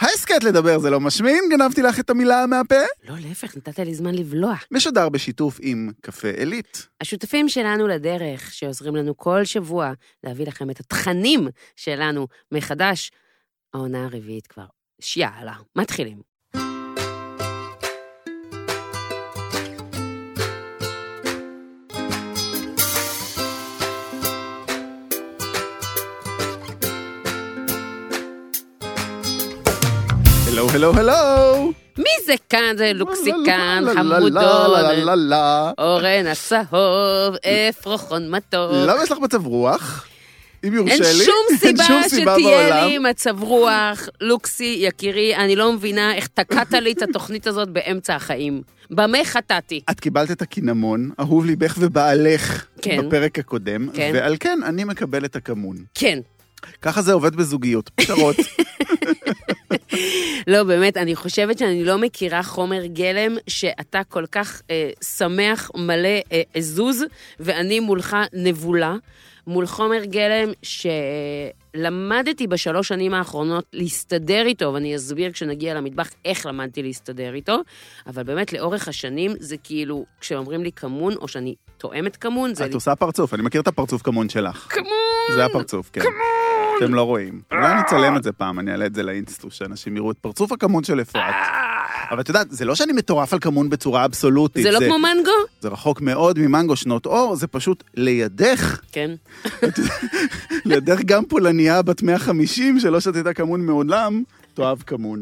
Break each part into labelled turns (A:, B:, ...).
A: ההסכת לדבר זה לא משמין, גנבתי לך את המילה מהפה.
B: לא, להפך, נתת לי זמן לבלוע.
A: משודר בשיתוף עם קפה עילית.
B: השותפים שלנו לדרך, שעוזרים לנו כל שבוע להביא לכם את התכנים שלנו מחדש, העונה הרביעית כבר. שיאללה, מתחילים.
A: הלו, הלו, הלו!
B: מי זה כאן?
A: לא,
B: זה לוקסיקן,
A: לה, לה, לה,
B: חמודו,
A: לה, לה, לה, לה.
B: אורן הצהוב, אפרוחון מתוק.
A: למה יש לך מצב רוח? אם יורשה
B: אין
A: לי.
B: שום סיבה
A: שום סיבה
B: שתהיה
A: בעולם.
B: לי מצב רוח. לוקסי, יקירי, אני לא מבינה איך תקעת לי את התוכנית הזאת באמצע החיים. במה חטאתי?
A: את קיבלת את הקינמון, אהוב ליבך ובעלך,
B: כן.
A: בפרק הקודם,
B: כן.
A: ועל כן אני מקבל את הכמון.
B: כן.
A: ככה זה עובד בזוגיות, פשרות.
B: לא, באמת, אני חושבת שאני לא מכירה חומר גלם שאתה כל כך אה, שמח, מלא אה, עזוז, ואני מולך נבולה, מול חומר גלם שלמדתי בשלוש שנים האחרונות להסתדר איתו, ואני אסביר כשנגיע למטבח איך למדתי להסתדר איתו, אבל באמת, לאורך השנים זה כאילו, כשאומרים לי כמון, או שאני תואמת כמון, זה...
A: את עושה פרצוף, אני מכיר את הפרצוף כמון שלך.
B: כמון!
A: זה הפרצוף, כן. אתם לא רואים. אולי אני אצלם את זה פעם, אני אעלה את זה לאינסטו, שאנשים יראו את פרצוף הכמון של אפרת. אבל את יודעת, זה לא שאני מטורף על כמון בצורה אבסולוטית.
B: אה! זה לא כמו מנגו?
A: זה רחוק מאוד ממנגו שנות אור, זה פשוט לידך,
B: כן.
A: לידך גם פולניה בת 150 שלא שתתה כמון מעולם, תאהב כמון.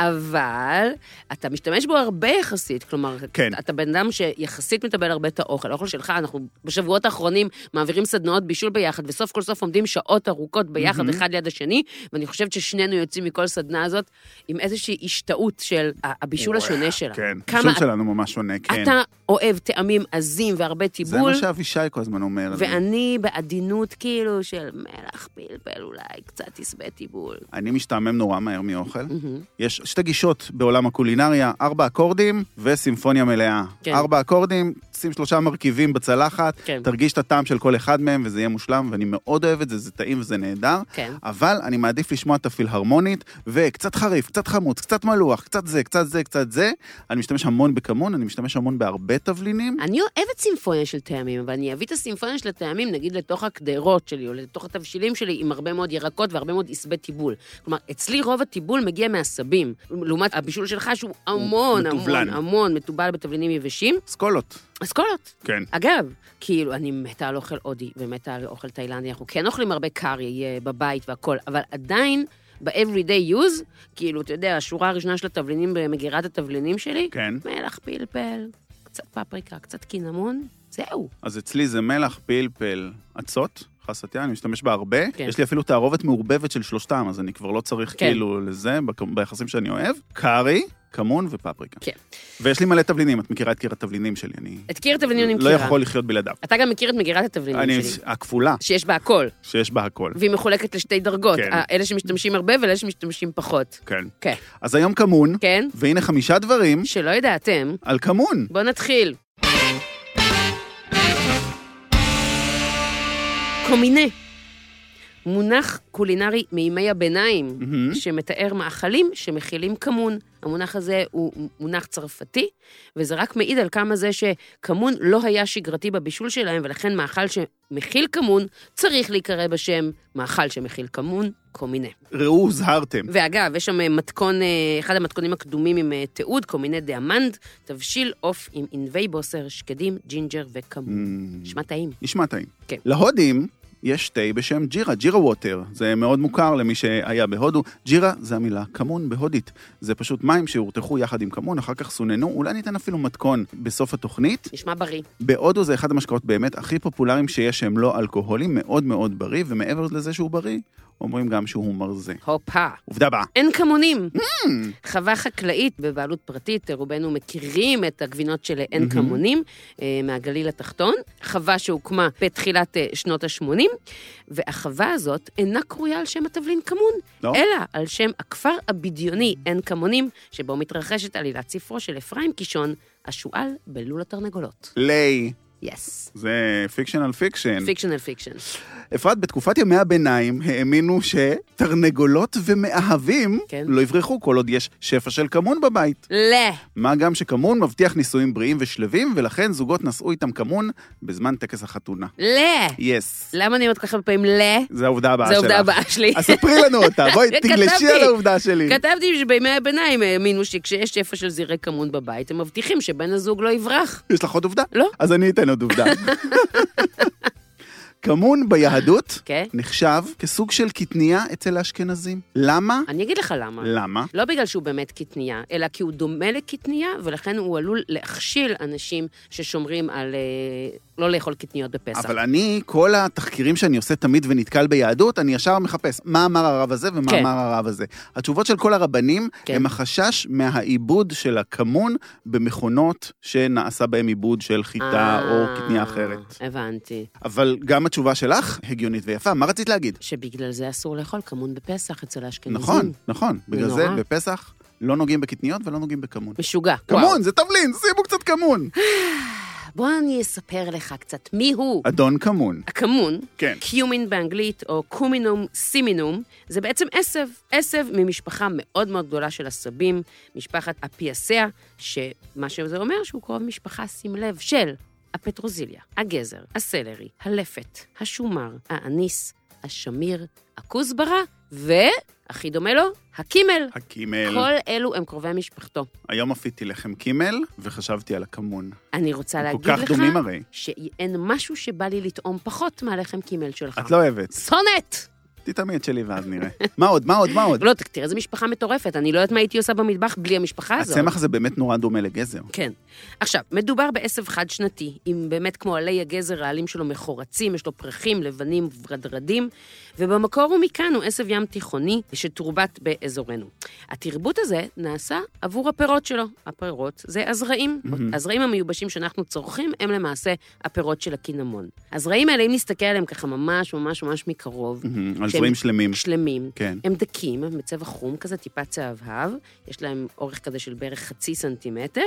B: אבל אתה משתמש בו הרבה יחסית, כלומר,
A: כן.
B: אתה בן אדם שיחסית מקבל הרבה את האוכל. האוכל שלך, אנחנו בשבועות האחרונים מעבירים סדנאות בישול ביחד, וסוף כל סוף עומדים שעות ארוכות ביחד אחד ליד השני, ואני חושבת ששנינו יוצאים מכל סדנה הזאת עם איזושהי השתאות של ה- הבישול השונה שלה.
A: כן,
B: כמה
A: השול שלנו ממש שונה,
B: אתה-
A: כן.
B: אתה אוהב טעמים עזים והרבה
A: זה מה
B: טיבול.
A: שאבישי כל הזמן אומר. לי.
B: ואני בעדינות כאילו של מלח פלפל אולי, קצת תסבה טיבול.
A: אני משתעמם נורא מהר מאוכל.
B: מהמם.
A: יש שתי גישות בעולם הקולינריה, ארבע אקורדים וסימפוניה מלאה.
B: כן.
A: ארבע אקורדים, שים שלושה מרכיבים בצלחת,
B: כן.
A: תרגיש את הטעם של כל אחד מהם וזה יהיה מושלם, ואני מאוד אוהב את זה, זה טעים וזה נהדר.
B: כן.
A: אבל אני מעדיף לשמוע את הפילהרמונית, וקצת חריף, קצת חמוץ, קצת מלוח, קצת זה, קצת זה, קצת זה. אני משתמש המון בכמון, אני משתמש המון בהרבה תבלינים.
B: אני אוהבת סימפוניה של טעמים, אבל אני אביא את הסימפוניה של הטעמים, נגיד, לתוך הקדרות שלי, או לתוך התבשילים שלי, עם הרבה מאוד ירקות והרבה מאוד עשבי טיבול. כלומר, אצלי רוב הטיבול מגיע מעשבים, לעומת הבישול שלך, שהוא המון,
A: מתובלן.
B: המון, המון מתובל בתבלינים יבשים,
A: אסכולות.
B: אסכולות.
A: כן.
B: אגב, כאילו, אני מתה על אוכל הודי ומתה על אוכל תאילנדי, אנחנו כן אוכלים הרבה קארי אה, בבית והכול, אבל עדיין, ב-everyday use, כאילו, אתה יודע, השורה הראשונה של התבלינים במגירת התבלינים שלי,
A: כן.
B: מלח, פלפל, קצת פפריקה, קצת קינמון, זהו.
A: אז אצלי זה מלח, פלפל, אצות, חסטיה, אני משתמש בה הרבה.
B: כן.
A: יש לי אפילו תערובת מעורבבת של שלושתם, אז אני כבר לא צריך
B: כן.
A: כאילו לזה, בכ- ביחסים שאני אוהב. קארי, כמון ופפריקה.
B: כן.
A: ויש לי מלא תבלינים, את מכירה את קיר התבלינים שלי, אני
B: את קיר התבלינים אני
A: לא
B: מכירה.
A: יכול לחיות בלעדיו.
B: אתה גם מכיר את מגירת התבלינים
A: אני,
B: שלי,
A: הכפולה,
B: שיש בה הכל,
A: שיש בה הכל.
B: והיא מחולקת לשתי דרגות,
A: כן.
B: ה- אלה שמשתמשים הרבה ואלה שמשתמשים פחות.
A: כן.
B: כן.
A: אז היום כמון,
B: כן?
A: והנה חמישה דברים
B: שלא ידעתם,
A: על כמון.
B: בואו נתחיל. קומינה. מונח קולינרי מימי הביניים,
A: מהמם.
B: שמתאר מאכלים שמכילים כמון. המונח הזה הוא מונח צרפתי, וזה רק מעיד על כמה זה שכמון לא היה שגרתי בבישול שלהם, ולכן מאכל שמכיל כמון צריך להיקרא בשם מאכל שמכיל כמון, קומינה.
A: ראו, הוזהרתם.
B: ואגב, יש שם אה, מתכון, אה, אחד המתכונים הקדומים עם אה, תיעוד, קומינה דיאמנד, תבשיל עוף עם ענבי בוסר, שקדים, ג'ינג'ר וכמון.
A: Mm,
B: נשמע טעים.
A: נשמע טעים.
B: כן.
A: להודים יש תה בשם ג'ירה, ג'ירה ווטר. זה מאוד מוכר למי שהיה בהודו. ג'ירה זה המילה כמון בהודית. זה פשוט מים שהורתחו יחד עם כמון, אחר כך סוננו, אולי ניתן אפילו מתכון בסוף התוכנית.
B: נשמע בריא.
A: בהודו זה אחד המשקאות באמת הכי פופולריים שיש, שהם לא אלכוהולים, מאוד מאוד בריא, ומעבר לזה שהוא בריא, אומרים גם שהוא מרזה.
B: הופה.
A: עובדה הבאה.
B: אין כמונים.
A: Hmm.
B: חווה חקלאית בבעלות פרטית, רובנו מכירים את הגבינות של אין
A: Mhm.
B: כמונים אה, מהגליל התחתון. חווה שהוקמה בתחילת אה, שנות ה-80, והחווה הזאת אינה קרויה על שם התבלין כמון,
A: לא?
B: אלא על שם הכפר הבדיוני אין כמונים, שבו מתרחשת עלילת ספרו של אפרים קישון, השועל בלול התרנגולות. כן.
A: ליי,
B: יס.
A: זה פיקשנל פיקשן.
B: פיקשנל פיקשן.
A: אפרת, בתקופת ימי הביניים האמינו שתרנגולות ומאהבים
B: כן.
A: לא יברחו כל עוד יש שפע של כמון בבית.
B: לא.
A: מה גם שכמון מבטיח נישואים בריאים ושלווים, ולכן זוגות נשאו איתם כמון בזמן טקס החתונה.
B: לא.
A: יס.
B: למה אני אומרת כל כך הרבה פעמים לא?
A: זו העובדה הבאה
B: זו
A: שלך.
B: העובדה הבאה שלי.
A: אז ספרי לנו אותה, בואי
B: כתבתי.
A: תגלשי על העובדה שלי.
B: כתבתי שבימי הביניים האמינו שכשיש שפע של זרעי כמון בבית, הם מבטיחים שבן הזוג לא יברח.
A: יש לך עוד עובדה?
B: לא.
A: אז אני אתן עוד עובדה. כמון ביהדות
B: כן?
A: נחשב כסוג של קטנייה אצל האשכנזים. למה?
B: אני אגיד לך למה.
A: למה?
B: לא בגלל שהוא באמת קטנייה, אלא כי הוא דומה לקטנייה, ולכן הוא עלול להכשיל אנשים ששומרים על אה, לא לאכול קטניות בפסח.
A: אבל אני, כל התחקירים שאני עושה תמיד ונתקל ביהדות, אני ישר מחפש מה אמר הרב הזה ומה
B: כן.
A: אמר הרב הזה. התשובות של כל הרבנים
B: כן.
A: הם החשש מהעיבוד של הכמון במכונות שנעשה בהם עיבוד של חיטה
B: אה,
A: או קטניה אחרת.
B: הבנתי.
A: אבל גם התשובה שלך הגיונית ויפה, מה רצית להגיד?
B: שבגלל זה אסור לאכול כמון בפסח אצל האשכנזים.
A: נכון, נכון. בגלל
B: נורא.
A: זה בפסח לא נוגעים בקטניות ולא נוגעים בכמון.
B: משוגע. וואו.
A: כמון, זה תבלין, שימו קצת כמון.
B: בוא אני אספר לך קצת מי הוא.
A: אדון כמון.
B: הכמון,
A: כן.
B: קיומין באנגלית, או קומינום סימינום, זה בעצם עשב. עשב ממשפחה מאוד מאוד גדולה של עשבים, משפחת אפיאסיה, שמה שזה אומר שהוא קרוב משפחה, שים לב, של הפטרוזיליה, הגזר, הסלרי, הלפת, השומר, האניס, השמיר, הכוסברה, והכי דומה לו, הקימל.
A: הקימל.
B: כל אלו הם קרובי משפחתו.
A: היום אפיתי לחם קימל וחשבתי על הכמון.
B: אני רוצה
A: כל
B: להגיד
A: כך
B: לך,
A: דומים הרי.
B: שאין משהו שבא לי לטעום פחות מהלחם קימל שלך.
A: את לא אוהבת.
B: סונט!
A: תטעמי את שלי ואז נראה. מה עוד, מה עוד, מה עוד?
B: לא, ת- תראה איזה משפחה מטורפת, אני לא יודעת מה הייתי עושה במטבח בלי המשפחה הזאת.
A: הצמח הזה באמת נורא דומה לגזר.
B: כן. עכשיו, מדובר בעשב חד-שנתי, עם באמת כמו עלי הגזר, העלים שלו מחורצים, יש לו פרחים, לבנים ורדרדים, ובמקור הוא מכאן, הוא עשב ים תיכוני שתורבת באזורנו. התרבות הזה נעשה עבור הפירות שלו. הפירות זה הזרעים.
A: מהמם.
B: הזרעים המיובשים שאנחנו צורכים הם למעשה הפירות של הקינמון. הזרעים האלה, אם נסתכל עליהם ככה ממש ממש ממש מקרוב,
A: מהמם, על
B: שהם-
A: זרעים שלמים.
B: שלמים,
A: כן.
B: הם דקים, הם בצבע חום כזה, טיפה צהבהב, יש להם אורך כזה של בערך חצי סנטימטר,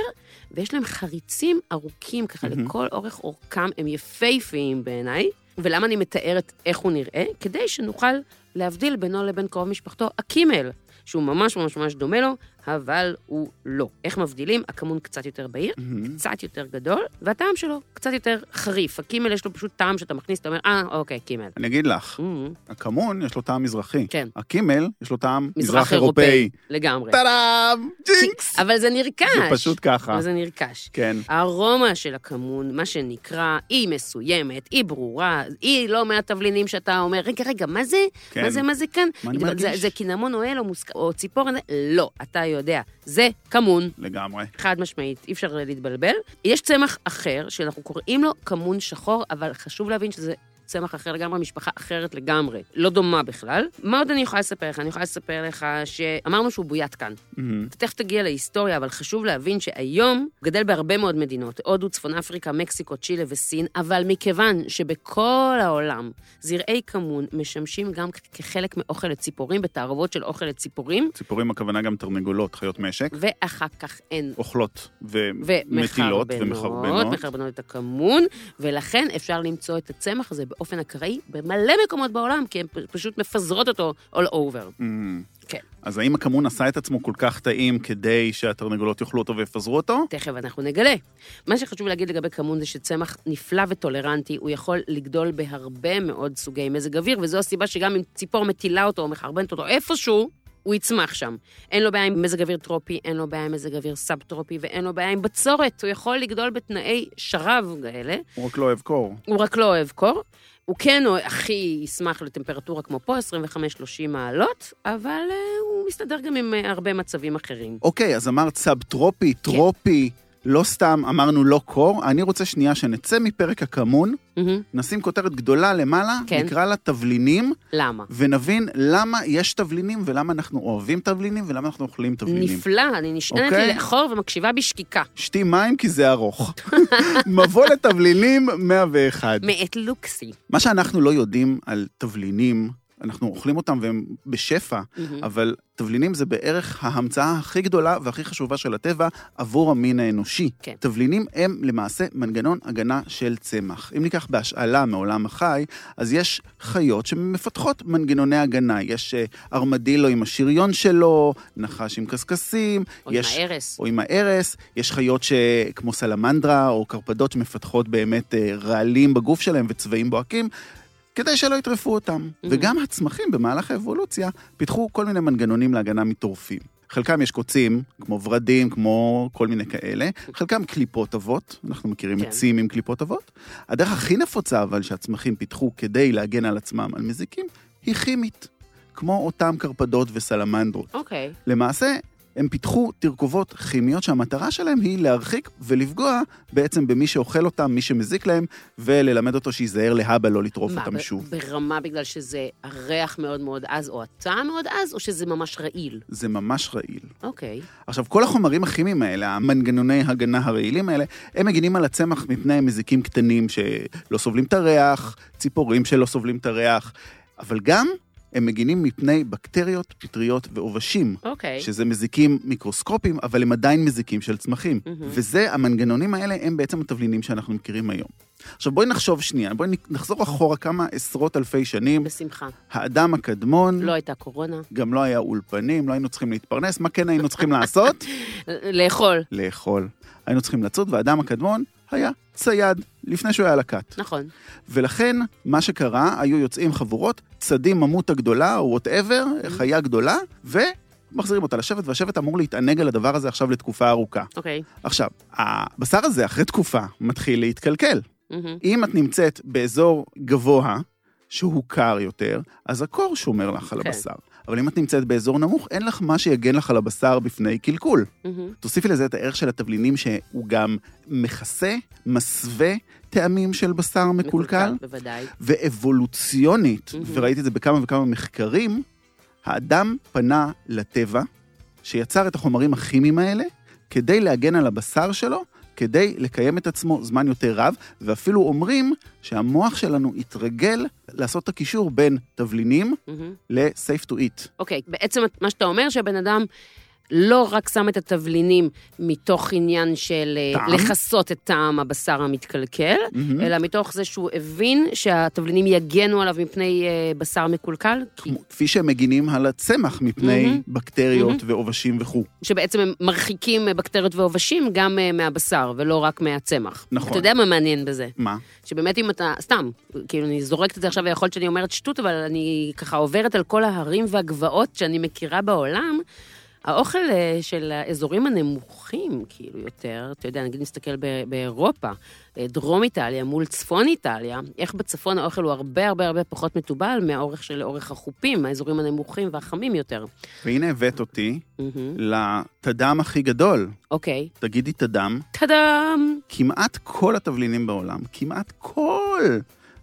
B: ויש להם חריצים ארוכים ככה
A: מהמם.
B: לכל אורך אורכם, הם יפהפיים בעיניי. ולמה אני מתארת איך הוא נראה? כדי שנוכל להבדיל בינו לבין קרוב משפחתו, הקימל, שהוא ממש ממש ממש דומה לו, אבל הוא לא. איך מבדילים? הכמון קצת יותר בהיר,
A: מהמם.
B: קצת יותר גדול, והטעם שלו קצת יותר חריף. הקימל יש לו פשוט טעם שאתה מכניס, אתה אומר, אה, אוקיי, קימל.
A: אני אגיד לך,
B: אמ,
A: הכמון יש לו טעם מזרחי.
B: כן.
A: הקימל יש לו טעם
B: מזרח
A: מזרח אירופאי.
B: אירופאי. כן. לגמרי.
A: טאדאם! ג'ינקס!
B: אבל זה נרכש.
A: זה פשוט ככה.
B: אבל זה נרכש.
A: כן.
B: הארומה של הכמון, מה שנקרא, היא מסוימת, היא ברורה, היא לא מהתבלינים שאתה אומר, רגע, רגע, מה זה?
A: כן.
B: מה זה, מה זה כאן?
A: מה אני
B: זה-
A: מרגיש?
B: זה- זה קינמון או אל או, מוסק... או ציפורן? לא, אתה יודע. זה כמון.
A: לגמרי.
B: חד משמעית, אי אפשר להתבלבל. יש צמח אחר, שאנחנו קוראים לו כמון שחור, אבל חשוב להבין שזה צמח אחר לגמרי, משפחה אחרת לגמרי, לא דומה בכלל. מה עוד אני יכולה לספר לך? אני יכולה לספר לך שאמרנו שהוא בוית כאן.
A: מהמם.
B: אתה תכף תגיע להיסטוריה, אבל חשוב להבין שהיום הוא גדל בהרבה מאוד מדינות, הודו, צפון אפריקה, מקסיקו, צ'ילה וסין, אבל מכיוון שבכל העולם זרעי כמון משמשים גם כ- כחלק מאוכל לציפורים, בתערובות של אוכל לציפורים,
A: ציפורים הכוונה גם תרנגולות, חיות משק,
B: ואחר כך אין.
A: אוכלות ומטילות
B: ומחרבנות,
A: ומחרבנות.
B: מחרבנות את הכמון, ולכן אפשר למצוא את הצמח הזה באופן אקראי במלא מקומות בעולם, כי הן פ- פשוט מפזרות אותו all over.
A: אמ,
B: כן.
A: אז האם הכמון עשה את עצמו כל כך טעים כדי שהתרנגולות יאכלו אותו ויפזרו אותו?
B: תכף אנחנו נגלה. מה שחשוב להגיד לגבי כמון זה שצמח נפלא וטולרנטי, הוא יכול לגדול בהרבה מאוד סוגי מזג אוויר, וזו הסיבה שגם אם ציפור מטילה אותו או מחרבנת אותו איפשהו, הוא יצמח שם. אין לו בעיה עם מזג אוויר טרופי, אין לו בעיה עם מזג אוויר סאב-טרופי, ואין לו בעיה עם בצורת. הוא יכול לגדול בתנאי שרב כאלה,
A: הוא רק לא אוהב קור.
B: הוא רק לא אוהב קור. הוא כן הוא הכי ישמח לטמפרטורה כמו פה, 25-30 מעלות, אבל אה, הוא מסתדר גם עם אה, הרבה מצבים אחרים.
A: אוקיי, אז אמרת סאב-טרופי, טרופי, לא סתם אמרנו לא קור. אני רוצה שנייה שנצא מפרק הכמון,
B: מהמם.
A: נשים כותרת גדולה למעלה,
B: כן.
A: נקרא לה תבלינים,
B: למה?
A: ונבין למה יש תבלינים ולמה אנחנו אוהבים תבלינים ולמה אנחנו אוכלים תבלינים.
B: נפלא, אני נשענת
A: אוקיי.
B: לי לאחור ומקשיבה בשקיקה.
A: שתי מים כי זה ארוך. מבוא לתבלינים 101.
B: מאת לוקסי.
A: מה שאנחנו לא יודעים על תבלינים, אנחנו אוכלים אותם והם בשפע, אבל תבלינים זה בערך ההמצאה הכי גדולה והכי חשובה של הטבע עבור המין האנושי.
B: כן.
A: תבלינים הם למעשה מנגנון הגנה של צמח. אם ניקח בהשאלה מעולם החי, אז יש חיות שמפתחות מנגנוני הגנה. יש אה, ארמדילו עם השריון שלו, נחש עם קשקשים,
B: או עם
A: יש...
B: הארס.
A: או עם הארס, יש חיות ש... כמו סלמנדרה או קרפדות שמפתחות באמת אה, רעלים בגוף שלהם וצבעים בוהקים, כדי שלא יטרפו אותם. וגם הצמחים במהלך האבולוציה פיתחו כל מיני מנגנונים להגנה מטורפים. חלקם יש קוצים, כמו ורדים, כמו כל מיני כאלה, חלקם קליפות עבות, אנחנו מכירים
B: כן.
A: עצים עם קליפות עבות. הדרך הכי נפוצה אבל שהצמחים פיתחו כדי להגן על עצמם על מזיקים, היא כימית, כמו אותם קרפדות וסלמנדרות.
B: אוקיי.
A: למעשה, הם פיתחו תרכובות כימיות שהמטרה שלהם היא להרחיק ולפגוע בעצם במי שאוכל אותם, מי שמזיק להם, וללמד אותו שייזהר להבא לא לטרוף
B: מה,
A: אותם
B: ב-
A: שוב.
B: ברמה בגלל שזה הריח מאוד מאוד עז, או הטעם מאוד עז, או שזה ממש רעיל?
A: זה ממש רעיל.
B: אוקיי.
A: עכשיו, כל החומרים הכימיים האלה, המנגנוני הגנה הרעילים האלה, הם מגינים על הצמח מפני מזיקים קטנים שלא סובלים את הריח, ציפורים שלא סובלים את הריח, אבל גם הם מגינים מפני בקטריות, פטריות ועובשים.
B: אוקיי.
A: שזה מזיקים מיקרוסקופיים, אבל הם עדיין מזיקים של צמחים.
B: מהמם.
A: וזה, המנגנונים האלה הם בעצם התבלינים שאנחנו מכירים היום. עכשיו בואי נחשוב שנייה, בואי נחזור אחורה כמה עשרות אלפי שנים.
B: בשמחה.
A: האדם הקדמון,
B: לא הייתה קורונה.
A: גם לא היה אולפנים, לא היינו צריכים להתפרנס, מה כן היינו צריכים לעשות?
B: לאכול.
A: לאכול. היינו צריכים לצוד, והאדם הקדמון היה צייד, לפני שהוא היה על הכת.
B: נכון.
A: ולכן, מה שקרה, היו יוצאים חבורות, צדים ממות הגדולה, או וואטאבר, חיה גדולה, ומחזירים אותה לשבט, והשבט אמור להתענג על הדבר הזה עכשיו לתקופה ארוכה.
B: אוקיי.
A: עכשיו, הבשר הזה, אחרי תקופה, מתחיל להתקלקל.
B: מהמם.
A: אם את נמצאת באזור גבוה, שהוא קר יותר, אז הקור שומר לך על
B: כן.
A: הבשר. אבל אם את נמצאת באזור נמוך, אין לך מה שיגן לך על הבשר בפני קלקול.
B: מהמם.
A: תוסיפי לזה את הערך של התבלינים שהוא גם מכסה, מסווה טעמים של בשר מקולקל,
B: בוודאי.
A: ואבולוציונית,
B: מהמם.
A: וראיתי את זה בכמה וכמה מחקרים, האדם פנה לטבע, שיצר את החומרים הכימיים האלה, כדי להגן על הבשר שלו, כדי לקיים את עצמו זמן יותר רב, ואפילו אומרים שהמוח שלנו התרגל לעשות את הקישור בין תבלינים
B: מהמם.
A: ל-safe to eat.
B: אוקיי, בעצם את- מה שאתה אומר שהבן אדם לא רק שם את התבלינים מתוך עניין של אה,
A: טעם?
B: לכסות את טעם הבשר המתקלקל,
A: מהמם.
B: אלא מתוך זה שהוא הבין שהתבלינים יגנו עליו מפני אה, בשר מקולקל, כי,
A: כמו- כפי שהם מגינים על הצמח מפני
B: מהמם.
A: בקטריות ועובשים וכו'.
B: שבעצם הם מרחיקים אה, בקטריות ועובשים גם אה, מהבשר, ולא רק מהצמח.
A: נכון.
B: אתה יודע מה מעניין בזה?
A: מה?
B: שבאמת אם אתה, סתם, כאילו אני זורקת את זה עכשיו, ויכול להיות שאני אומרת שטות, אבל אני ככה עוברת על כל ההרים והגבעות שאני מכירה בעולם. האוכל אה, של האזורים הנמוכים, כאילו, יותר, אתה יודע, נגיד נסתכל ב- באירופה, אה, דרום איטליה מול צפון איטליה, איך בצפון האוכל הוא הרבה הרבה הרבה פחות מתובל מהאורך של אורך החופים, האזורים הנמוכים והחמים יותר.
A: והנה הבאת אותי
B: מהמם.
A: לתדם הכי גדול.
B: אוקיי,
A: תגידי תדם.
B: טאדאם!
A: כמעט כל התבלינים בעולם, כמעט כל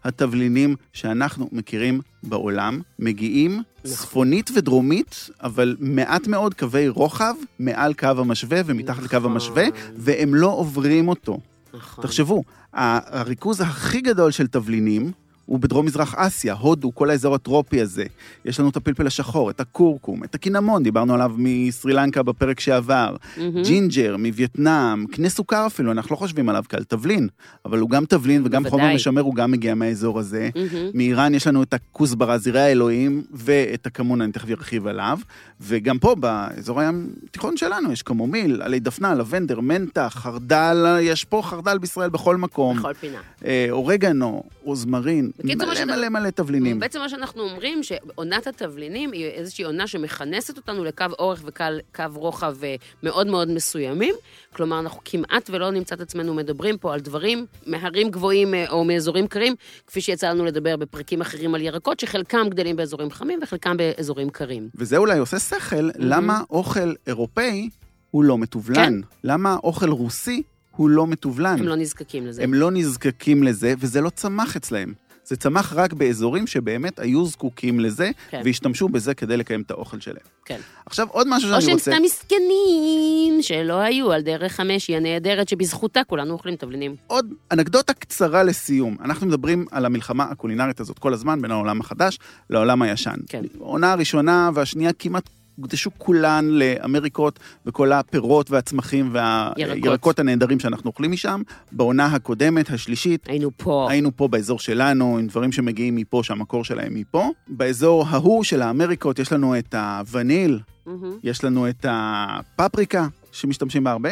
A: התבלינים שאנחנו מכירים בעולם, מגיעים
B: נכון.
A: צפונית ודרומית, אבל מעט מאוד קווי רוחב מעל קו המשווה ומתחת לקו
B: נכון.
A: המשווה, והם לא עוברים אותו.
B: נכון.
A: תחשבו, ה- הריכוז הכי גדול של תבלינים הוא בדרום מזרח אסיה, הודו, כל האזור הטרופי הזה. יש לנו את הפלפל השחור, את הכורכום, את הקינמון, דיברנו עליו מסרי לנקה בפרק שעבר.
B: מהמם.
A: ג'ינג'ר מווייטנאם, קנה סוכר אפילו, אנחנו לא חושבים עליו כעל תבלין, אבל הוא גם תבלין וגם
C: בוודאי.
A: חומר משמר, הוא גם מגיע מהאזור הזה.
B: מהמם.
A: מאיראן יש לנו את הכוסברה, זרעי האלוהים, ואת הכמון, אני תכף ארחיב עליו. וגם פה, באזור הים התיכון שלנו, יש כמומיל, עלי דפנה, לבנדר, מנטה, חרדל, יש פה חרדל בישראל בכל מקום.
B: בכל פינה.
A: אה, אורגנו, רוזמרין,
B: נכון. בקיצור, מה
A: מלא
B: שאתה-
A: מלא מלא תבלינים.
B: בעצם מה שאנחנו אומרים, שעונת התבלינים היא איזושהי עונה שמכנסת אותנו לקו אורך וקו רוחב אה, מאוד מאוד מסוימים. כלומר, אנחנו כמעט ולא נמצא את עצמנו מדברים פה על דברים מהרים גבוהים אה, או מאזורים קרים, כפי שיצא לנו לדבר בפרקים אחרים על ירקות, שחלקם גדלים באזורים חמים וחלקם באזורים קרים.
A: וזה אולי עושה שכל,
B: Mm-hmm.
A: למה אוכל אירופאי הוא לא מטובלן? למה אוכל רוסי הוא לא מטובלן?
B: כן. הם לא נזקקים לזה.
A: הם לא נזקקים לזה, וזה לא צמח אצלהם. זה צמח רק באזורים שבאמת היו זקוקים לזה,
B: כן.
A: והשתמשו בזה כדי לקיים את האוכל שלהם.
B: כן.
A: עכשיו, עוד משהו
B: או
A: שאני
B: שהם
A: לא, רוצה...
B: סתם מסכנים, שלא היו על דרך חמש, היא הנהדרת שבזכותה כולנו אוכלים תבלינים.
A: עוד אנקדוטה קצרה לסיום. אנחנו מדברים על המלחמה הקולינרית הזאת כל הזמן, בין העולם החדש לעולם הישן.
B: כן.
A: העונה הראשונה והשנייה כמעט הוקדשו כולן לאמריקות וכל הפירות והצמחים
B: ירקות.
A: והירקות הנהדרים שאנחנו אוכלים משם. בעונה הקודמת, השלישית,
B: היינו פה.
A: היינו פה באזור שלנו, עם דברים שמגיעים מפה, שהמקור שלהם מפה. באזור ההוא של האמריקות יש לנו את הווניל,
B: מהמם.
A: יש לנו את הפפריקה, שמשתמשים בה הרבה,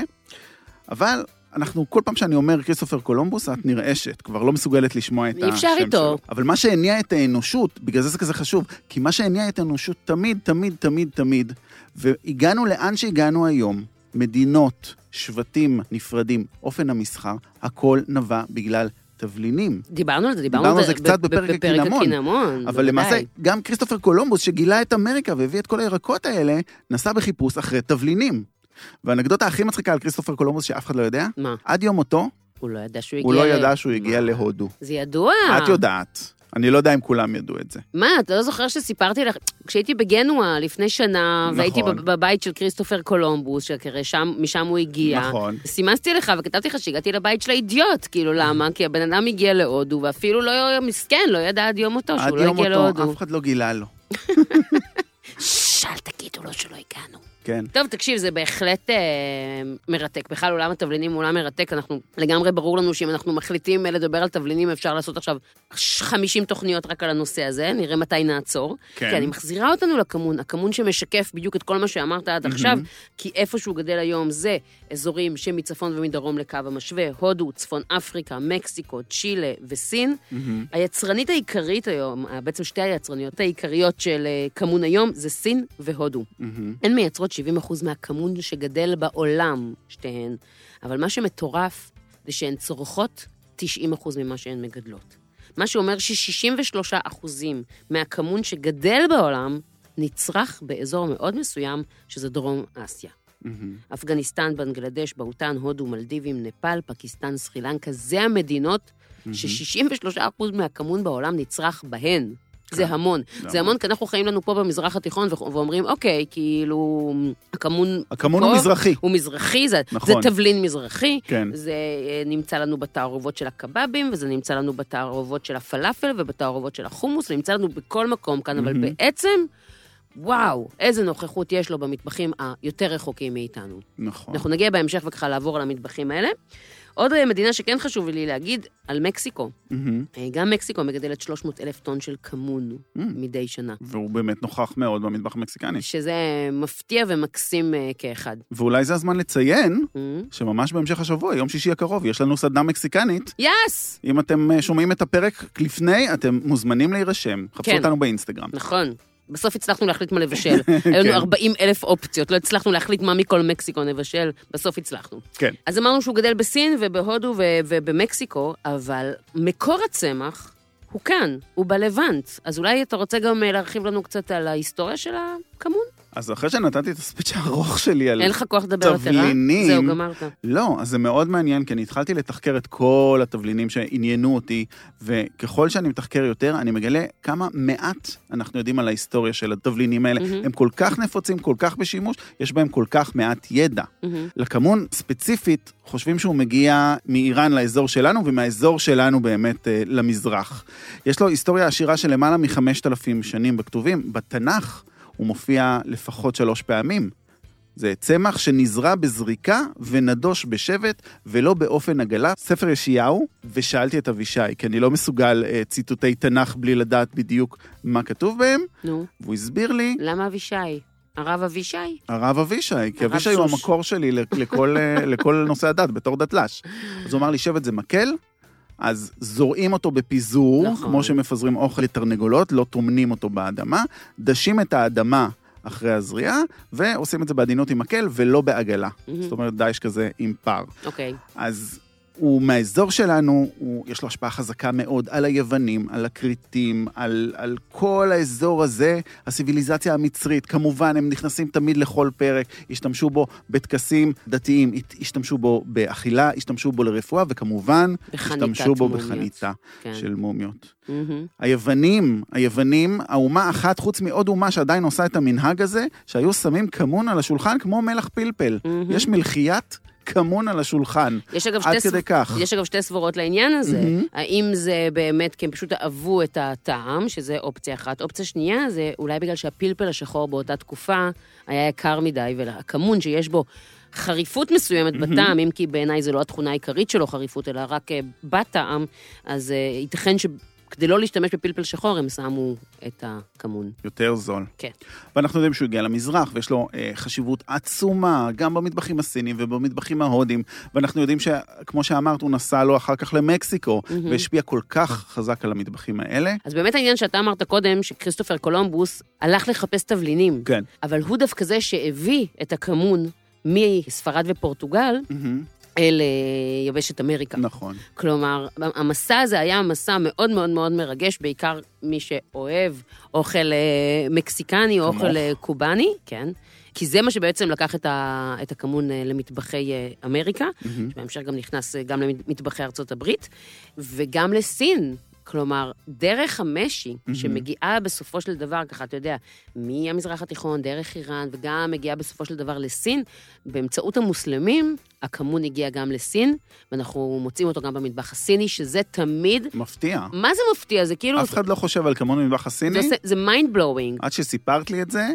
A: אבל אנחנו, כל פעם שאני אומר כריסטופר קולומבוס, את נרעשת, כבר לא מסוגלת לשמוע את
B: אי אפשר
A: השם
B: איתו.
A: שלו. אבל מה שהניע את האנושות, בגלל זה זה כזה חשוב, כי מה שהניע את האנושות תמיד, תמיד, תמיד, תמיד, והגענו לאן שהגענו היום, מדינות, שבטים נפרדים, אופן המסחר, הכל נבע בגלל תבלינים.
B: דיברנו על זה, דיברנו,
A: דיברנו על זה
B: ב-
A: קצת
B: ב-
A: בפרק
B: בפרק
A: הקינמון.
B: הקינמון.
A: אבל למעשה,
B: בוודאי.
A: גם כריסטופר קולומבוס, שגילה את אמריקה והביא את כל הירקות האלה, נסע בחיפוש אחרי תבלינים. והאנקדוטה הכי מצחיקה על כריסטופר קולומבוס, שאף אחד לא יודע,
B: מה,
A: עד יום מותו,
B: הוא לא ידע שהוא הגיע... אה.
A: הוא לא
B: ל-
A: ידע שהוא הגיע
B: מה?
A: להודו.
B: זה ידוע.
A: את יודעת. אני לא יודע אם כולם ידעו את זה.
B: מה, אתה לא זוכר שסיפרתי לך, כשהייתי בגנואה לפני שנה,
A: נכון.
B: והייתי בב- בבית של כריסטופר קולומבוס, שהרי שם- משם הוא הגיע.
A: נכון.
B: סימסתי לך וכתבתי לך שהגעתי לבית של האידיוט, כאילו למה? כי הבן אדם הגיע להודו, ואפילו לא, מסכן, לא ידע עד יום מותו
A: עד
B: שהוא לא
A: יום
B: הגיע
A: מותו,
B: להודו.
A: אף אחד לא גילה לו.
B: ששש, אל תגידו לו שלא הגענו.
A: כן.
B: טוב, תקשיב, זה בהחלט אה, מרתק. בכלל, עולם התבלינים הוא עולם מרתק. אנחנו, לגמרי ברור לנו שאם אנחנו מחליטים אה, לדבר על תבלינים, אפשר לעשות עכשיו 50 תוכניות רק על הנושא הזה, נראה מתי נעצור.
A: כן.
B: כי אני מחזירה אותנו לכמון, הכמון שמשקף בדיוק את כל מה שאמרת עד עכשיו, כי איפה שהוא גדל היום זה אזורים שמצפון ומדרום לקו המשווה, הודו, צפון אפריקה, מקסיקו, צ'ילה וסין. היצרנית העיקרית היום, אה, בעצם שתי היצרניות העיקריות של אה, כמון היום, זה סין והודו.
A: מהמם.
B: הן מייצרות 70% מהכמון שגדל בעולם, שתיהן, אבל מה שמטורף זה שהן צורכות 90% ממה שהן מגדלות. מה שאומר ש-63% מהכמון שגדל בעולם נצרך באזור מאוד מסוים, שזה דרום אסיה.
A: מהמם.
B: אפגניסטן, בנגלדש, באוטן, הודו, מלדיבים, נפאל, פקיסטן, סרי לנקה, זה המדינות ש-63% מהכמון בעולם נצרך בהן. זה
A: כן,
B: המון. זה המון, כי אנחנו חיים לנו פה במזרח התיכון ו- ואומרים, אוקיי, כאילו, הכמון
A: הכמון הוא
B: פה-
A: מזרחי.
B: הוא מזרחי, זה,
A: נכון.
B: זה תבלין מזרחי,
A: כן.
B: זה אה, נמצא לנו בתערובות של הקבבים, וזה נמצא לנו בתערובות של הפלאפל ובתערובות של החומוס, זה נמצא לנו בכל מקום כאן, אבל
A: מהמם.
B: בעצם, וואו, איזה נוכחות יש לו במטבחים היותר רחוקים מאיתנו.
A: נכון.
B: אנחנו נגיע בהמשך וככה לעבור על המטבחים האלה. עוד אה, מדינה שכן חשוב לי להגיד, על מקסיקו.
A: מהמם.
B: אה, גם מקסיקו מגדלת 300 אלף טון של כמון
A: מהמם.
B: מדי שנה.
A: והוא באמת נוכח מאוד במטבח המקסיקני.
B: שזה מפתיע ומקסים אה, כאחד.
A: ואולי זה הזמן לציין
B: אה?
A: שממש בהמשך השבוע, יום שישי הקרוב, יש לנו סדנה מקסיקנית
B: יס!
A: אם אתם אה, שומעים את הפרק לפני, אתם מוזמנים להירשם. חפשו
B: כן.
A: אותנו באינסטגרם.
B: נכון. בסוף הצלחנו להחליט מה לבשל.
A: כן.
B: היו לנו 40 אלף אופציות, לא הצלחנו להחליט מה מכל מקסיקו נבשל, בסוף הצלחנו.
A: כן.
B: אז אמרנו שהוא גדל בסין ובהודו ו- ובמקסיקו, אבל מקור הצמח הוא כאן, הוא בלבנט. אז אולי אתה רוצה גם אה, להרחיב לנו קצת על ההיסטוריה של הכמון?
A: אז אחרי שנתתי את הספיץ' הארוך שלי על...
B: אין לך כוח לדבר יותר, אה?
A: תבלינים.
B: זהו, גמרת.
A: לא, אז זה מאוד מעניין, כי אני התחלתי לתחקר את כל התבלינים שעניינו אותי, וככל שאני מתחקר יותר, אני מגלה כמה מעט אנחנו יודעים על ההיסטוריה של התבלינים האלה.
B: מהמם.
A: הם כל כך נפוצים, כל כך בשימוש, יש בהם כל כך מעט ידע.
B: מהמם.
A: לכמון ספציפית, חושבים שהוא מגיע מאיראן לאזור שלנו, ומהאזור שלנו באמת אה, למזרח. יש לו היסטוריה עשירה של למעלה מ-5,000 שנים בכתובים. בתנ"ך הוא מופיע לפחות שלוש פעמים. זה צמח שנזרע בזריקה ונדוש בשבט, ולא באופן עגלה. ספר ישעיהו, ושאלתי את אבישי, כי אני לא מסוגל אה, ציטוטי תנ"ך בלי לדעת בדיוק מה כתוב בהם,
B: נו,
A: והוא הסביר לי,
B: למה אבישי? הרב אבישי?
A: הרב אבישי, כי
B: הרב
A: אבישי הוא
B: סוש.
A: המקור שלי ל- לכל, אה, לכל נושא הדת, בתור דתל"ש. אז הוא אמר לי, שבט זה מקל, אז זורעים אותו בפיזור,
B: נכון.
A: כמו שמפזרים אוכל לתרנגולות, לא טומנים אותו באדמה, דשים את האדמה אחרי הזריעה, ועושים את זה בעדינות עם מקל ולא בעגלה.
B: מהמם.
A: זאת אומרת, דייש כזה עם פר.
B: אוקיי.
A: אז הוא מהאזור שלנו, הוא, יש לו השפעה חזקה מאוד על היוונים, על הכריתים, על, על כל האזור הזה, הסיביליזציה המצרית. כמובן, הם נכנסים תמיד לכל פרק, השתמשו בו בטקסים דתיים, הת- השתמשו בו באכילה, השתמשו בו לרפואה, וכמובן,
B: בחניתת
A: השתמשו בו
B: מומיות.
A: בחניתה
B: כן.
A: של מומיות.
B: מהמם.
A: היוונים, היוונים, האומה אחת, חוץ מעוד אומה שעדיין עושה את המנהג הזה, שהיו שמים כמון על השולחן כמו מלח פלפל.
B: מהמם.
A: יש מלחיית כמון על השולחן.
B: יש אגב,
A: עד
B: שתי
A: כדי כך.
B: יש אגב שתי סבורות לעניין הזה.
A: מהמם.
B: האם זה באמת כי הם פשוט אהבו את הטעם, שזה אופציה אחת. אופציה שנייה זה אולי בגלל שהפלפל השחור באותה תקופה היה יקר מדי, והכמון שיש בו חריפות מסוימת בטעם, אם כי בעיניי זו לא התכונה העיקרית שלו חריפות, אלא רק אה, בטעם, אז אה, ייתכן שכדי לא להשתמש בפלפל שחור, הם שמו את הכמון.
A: יותר זול.
B: כן.
A: ואנחנו יודעים שהוא הגיע למזרח, ויש לו אה, חשיבות עצומה, גם במטבחים הסינים ובמטבחים ההודים, ואנחנו יודעים שכמו שאמרת, הוא נסע לו אחר כך למקסיקו,
B: מהמם.
A: והשפיע כל כך חזק על המטבחים האלה.
B: אז באמת העניין שאתה אמרת קודם, שכריסטופר קולומבוס הלך לחפש תבלינים.
A: כן.
B: אבל הוא דווקא זה שהביא את הכמון מספרד ופורטוגל
A: מהמם,
B: אל אה, יבשת אמריקה.
A: נכון.
B: כלומר, המסע הזה היה מסע מאוד מאוד מאוד מרגש, בעיקר מי שאוהב אוכל אה, מקסיקני או
A: כמוך.
B: אוכל אה, קובאני, כן. כי זה מה שבעצם לקח את, ה, את הכמון אה, למטבחי אה, אמריקה,
A: מהמם.
B: שבהמשך גם נכנס אה, גם למטבחי ארצות הברית, וגם לסין. כלומר, דרך המשי,
A: מהמם.
B: שמגיעה בסופו של דבר, ככה, אתה יודע, מהמזרח התיכון, דרך איראן, וגם מגיעה בסופו של דבר לסין, באמצעות המוסלמים, הכמון הגיע גם לסין, ואנחנו מוצאים אותו גם במטבח הסיני, שזה תמיד...
A: מפתיע.
B: מה זה מפתיע? זה כאילו...
A: אף אחד לא חושב על כמון מטבח הסיני.
B: זה עושה- זה מיינד בלואוינג.
A: עד שסיפרת לי את זה,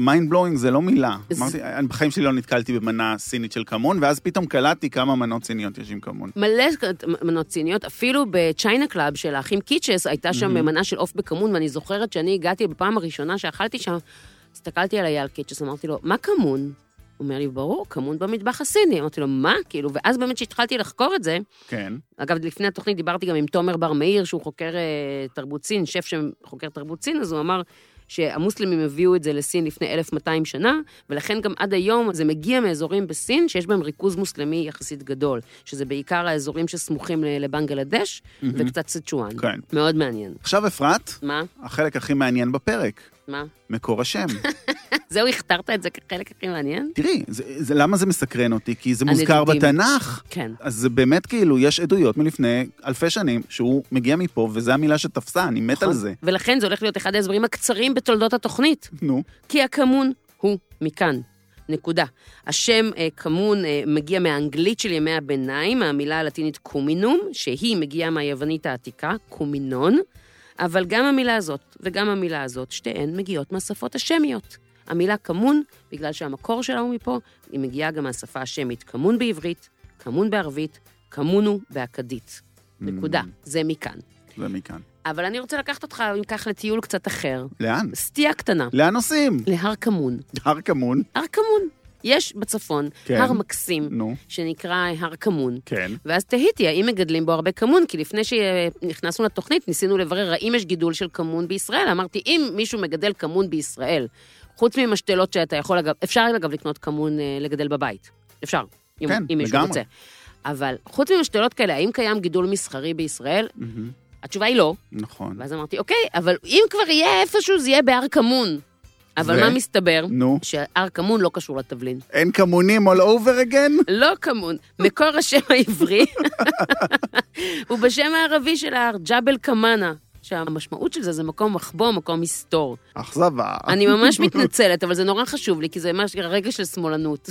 A: מיינד בלואינג זה לא מילה.
B: זה-
A: אמרתי, אני בחיים שלי לא נתקלתי במנה סינית של כמון, ואז פתאום קלטתי כמה מנות סיניות יש עם כמון.
B: מלא מנות סיניות, אפילו בצ'יינה קלאב של האחים קיצ'ס, הייתה שם מנה של עוף בכמון, ואני זוכרת שאני הגעתי בפעם הראשונה שאכלתי שם, הסתכלתי על אייל קיצ'ס, אמרתי לו, מה כמון? הוא אומר לי, ברור, כמון במטבח הסיני. אמרתי לו, מה? כאילו, ואז באמת כשהתחלתי לחקור את זה,
A: כן.
B: אגב, לפני התוכנית דיברתי גם עם תומר בר מאיר, שהוא חוקר אה, תרבות סין, שף שחוקר תרבות סין, אז הוא אמר שהמוסלמים הביאו את זה לסין לפני 1,200 שנה, ולכן גם עד היום זה מגיע מאזורים בסין שיש בהם ריכוז מוסלמי יחסית גדול, שזה בעיקר האזורים שסמוכים ל- לבנגלדש וקצת סצ'ואן.
A: כן.
B: מאוד מעניין.
A: עכשיו, אפרת,
B: מה?
A: החלק הכי מעניין בפרק,
B: מה?
A: מקור השם.
B: זהו, הכתרת את זה כחלק הכי מעניין?
A: תראי, זה, זה, למה זה מסקרן אותי? כי זה
B: אני
A: מוזכר
B: יודעים.
A: בתנ"ך.
B: כן.
A: אז זה באמת כאילו, יש עדויות מלפני אלפי שנים שהוא מגיע מפה, וזו המילה שתפסה, אני
B: נכון.
A: מת על זה.
B: ולכן זה הולך להיות אחד ההסברים הקצרים בתולדות התוכנית.
A: נו,
B: כי הכמון הוא מכאן. נקודה. השם אה, כמון אה, מגיע מהאנגלית של ימי הביניים, מהמילה הלטינית קומינום, שהיא מגיעה מהיוונית העתיקה, קומינון, אבל גם המילה הזאת וגם המילה הזאת, שתיהן מגיעות מהשפות השמיות. המילה כמון, בגלל שהמקור שלה הוא מפה, היא מגיעה גם מהשפה השמית. כמון בעברית, כמון בערבית, כמונו באכדית. נקודה. זה מכאן.
A: זה מכאן.
B: אבל אני רוצה לקחת אותך, אם כך, לטיול קצת אחר.
A: לאן?
B: סטייה קטנה,
A: לאן נוסעים?
B: להר כמון.
A: הר כמון.
B: הר כמון. יש בצפון
A: כן.
B: כן. הר מקסים,
A: נו.
B: שנקרא הר כמון.
A: כן.
B: ואז תהיתי, האם מגדלים בו הרבה כמון? כי לפני שנכנסנו לתוכנית, ניסינו לברר האם יש גידול של כמון בישראל. אמרתי, אם מישהו מגדל כמון בישראל, חוץ ממשתלות שאתה יכול, אגב, אפשר אגב לקנות כמון אה, לגדל בבית. אפשר, אם,
A: כן,
B: אם מישהו
A: לגמרי.
B: רוצה. אבל חוץ ממשתלות כאלה, האם קיים גידול מסחרי בישראל?
A: מהמם,
B: התשובה היא לא.
A: נכון.
B: ואז אמרתי, אוקיי, אבל אם כבר יהיה איפשהו, זה יהיה בהר כמון. אבל
A: ו-
B: מה מסתבר?
A: נו.
B: שהר כמון לא קשור לתבלין.
A: אין כמונים all over again?
B: לא כמון. מקור השם העברי הוא בשם הערבי של ההר, ג'בל כמאנה. שהמשמעות של זה זה מקום מחבוא, מקום מסתור.
A: אכזבה.
B: אני ממש מתנצלת, אבל זה נורא חשוב לי, כי זה ממש רגע של שמאלנות.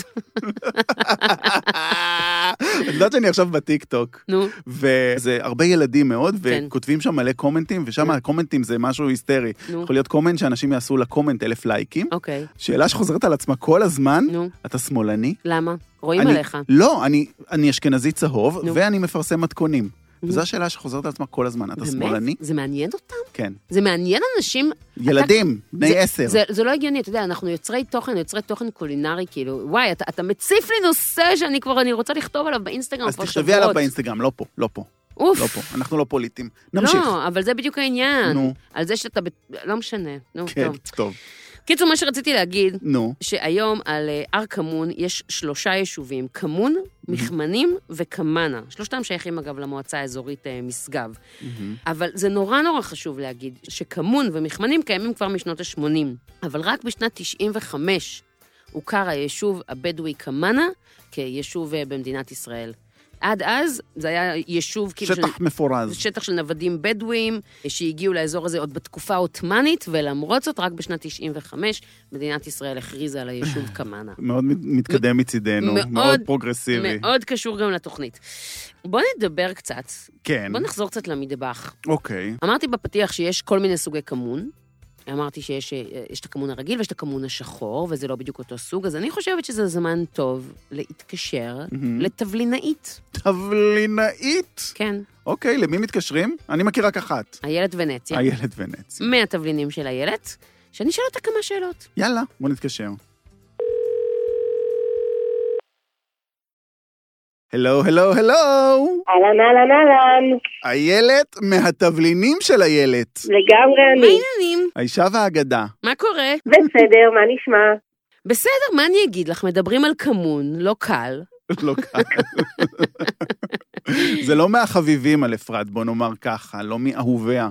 A: את יודעת שאני עכשיו בטיקטוק.
B: נו,
A: וזה הרבה ילדים מאוד,
B: כן.
A: וכותבים שם מלא קומנטים, ושם
B: נו.
A: הקומנטים זה משהו היסטרי.
B: נו,
A: יכול להיות קומנט שאנשים יעשו לקומנט אלף לייקים.
B: אוקיי,
A: שאלה שחוזרת על עצמה כל הזמן,
B: נו,
A: אתה שמאלני?
B: למה? רואים
A: אני-
B: עליך.
A: לא, אני, אני אשכנזי צהוב,
B: נו.
A: ואני מפרסם מתכונים.
B: נו.
A: וזו השאלה שחוזרת על עצמה כל הזמן. אתה
B: באמת?
A: שמאלני?
B: זה מעניין אותם?
A: כן.
B: זה מעניין אנשים
A: ילדים, בני עשר.
B: זה, זה לא הגיוני, אתה יודע, אנחנו יוצרי תוכן, יוצרי תוכן קולינרי, כאילו, וואי, אתה, אתה מציף לי נושא שאני כבר, אני רוצה לכתוב עליו באינסטגרם
A: אז
B: כבר
A: תכתבי עליו באינסטגרם, לא פה, לא פה,
B: אוף.
A: לא פה. אנחנו לא פוליטים. נמשיך.
B: לא, אבל זה בדיוק העניין.
A: נו,
B: על זה שאתה... ב... לא משנה. נו,
A: כן,
B: טוב.
A: טוב.
B: קיצור, מה שרציתי להגיד,
A: נו,
B: שהיום על אה, הר כמון יש שלושה יישובים, כמון, מכמנים וכמאנה. שלושתם שייכים, אגב, למועצה האזורית אה, משגב. אבל זה נורא נורא חשוב להגיד שכמון ומכמנים קיימים כבר משנות ה-80, אבל רק בשנת 95 הוכר היישוב הבדואי כמאנה כיישוב אה, במדינת ישראל. עד אז זה היה יישוב כאילו... של-
A: שטח מפורז.
B: זה שטח של נוודים בדואים שהגיעו לאזור הזה עוד בתקופה העות'מאנית, ולמרות זאת, רק בשנת 95 מדינת ישראל הכריזה על היישוב כמאנה.
A: מאוד מת- מתקדם מצידנו,
B: מאוד-
A: מאוד פרוגרסיבי.
B: מאוד קשור גם לתוכנית. בואו נדבר קצת,
A: כן,
B: בואו נחזור קצת למטבח.
A: אוקיי.
B: אמרתי בפתיח שיש כל מיני סוגי כמון. אמרתי שיש אה, יש את הכמון הרגיל ויש את הכמון השחור, וזה לא בדיוק אותו סוג, אז אני חושבת שזה זמן טוב להתקשר
A: מהמם.
B: לתבלינאית.
A: תבלינאית.
B: כן,
A: אוקיי, למי מתקשרים? אני מכיר רק אחת.
B: איילת ונציה.
A: איילת ונצי.
B: מהתבלינים של איילת, שאני אשאל אותה כמה שאלות.
A: יאללה, בוא נתקשר. הלו, הלו, הלו!
D: אהלן, אהלן, אהלן,
A: איילת מהתבלינים של איילת.
D: לגמרי
B: מה
D: אני.
B: העניינים?
A: האישה והאגדה.
B: מה קורה?
D: בסדר, מה נשמע?
B: בסדר, מה אני אגיד לך? מדברים על כמון, לא קל.
A: לא קל. זה לא מהחביבים על אפרת, בוא נאמר ככה, לא מאהוביה.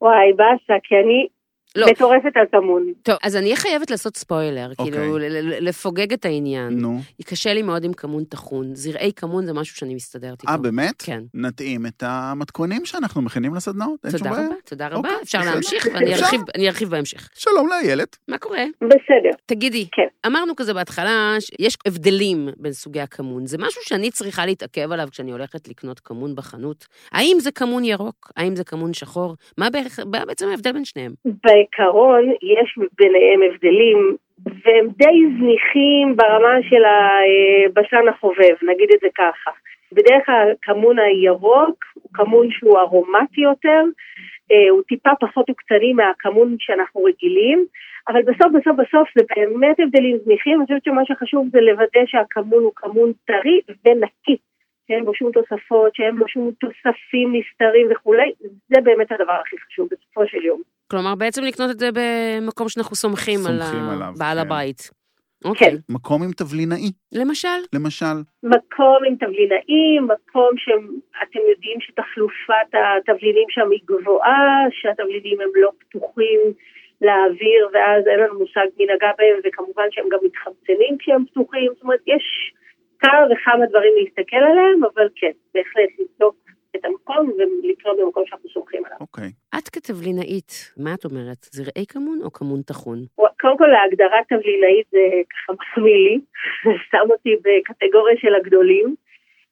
D: וואי, באסה, כי אני
B: לא.
D: מטורפת על כמון.
B: טוב, אז אני אהיה חייבת לעשות ספוילר,
A: אוקיי.
B: כאילו, ל- ל- לפוגג את העניין.
A: נו. אה,
B: קשה לי מאוד עם כמון טחון. זרעי כמון זה משהו שאני מסתדרת איתו.
A: אה, באמת?
B: כן.
A: נתאים את המתכונים שאנחנו מכינים לסדנאות, אין שום
B: תודה
A: בעיה.
B: רבה, תודה רבה.
A: אוקיי,
B: אפשר
A: בסדר.
B: להמשיך, ואני
A: אפשר?
B: ארחיב- אני ארחיב בהמשך.
A: שלום לאיילת.
B: מה קורה?
D: בסדר.
B: תגידי,
D: כן.
B: אמרנו כזה בהתחלה, יש הבדלים בין סוגי הכמון. זה משהו שאני צריכה להתעכב עליו כשאני הולכת לקנות כמון בחנות. האם זה כמון ירוק? האם זה כמון שחור? מה בערך- מה בעצם ההבדל בין שניהם?
D: בעיקרון, יש ביניהם הבדלים, והם די זניחים ברמה של הבשן החובב, נגיד את זה ככה. בדרך כלל כמון הירוק הוא כמון שהוא ארומטי יותר, אה, הוא טיפה פחות עוקצני מהכמון שאנחנו רגילים, אבל בסוף בסוף בסוף זה באמת הבדלים זניחים, אני חושבת שמה שחשוב זה לוודא שהכמון הוא כמון טרי ונקי, שאין בו שום תוספות, שאין בו שום תוספים נסתרים וכולי, זה באמת הדבר הכי חשוב בסופו של יום.
B: כלומר, בעצם לקנות את זה במקום שאנחנו סומכים,
A: סומכים
B: על
A: עליו,
B: ה... בעל
A: כן.
B: הבית. אוקיי.
A: מקום עם תבלינאי,
B: למשל,
A: למשל.
D: מקום עם תבלינאים, מקום שאתם יודעים שתחלופת התבלינים שם היא גבוהה, שהתבלינים הם לא פתוחים לאוויר ואז אין לנו מושג מי נגע בהם וכמובן שהם גם מתחמצנים כשהם פתוחים, זאת אומרת יש כמה וכמה דברים להסתכל עליהם, אבל כן, בהחלט לבדוק את המקום ולקנות במקום שאנחנו סומכים עליו.
A: אוקיי.
B: את כתבלינאית, מה את אומרת? זרעי כמון או כמון טחון?
D: קודם כל ההגדרה תבלילאית זה ככה מחמיא לי, שם אותי בקטגוריה של הגדולים.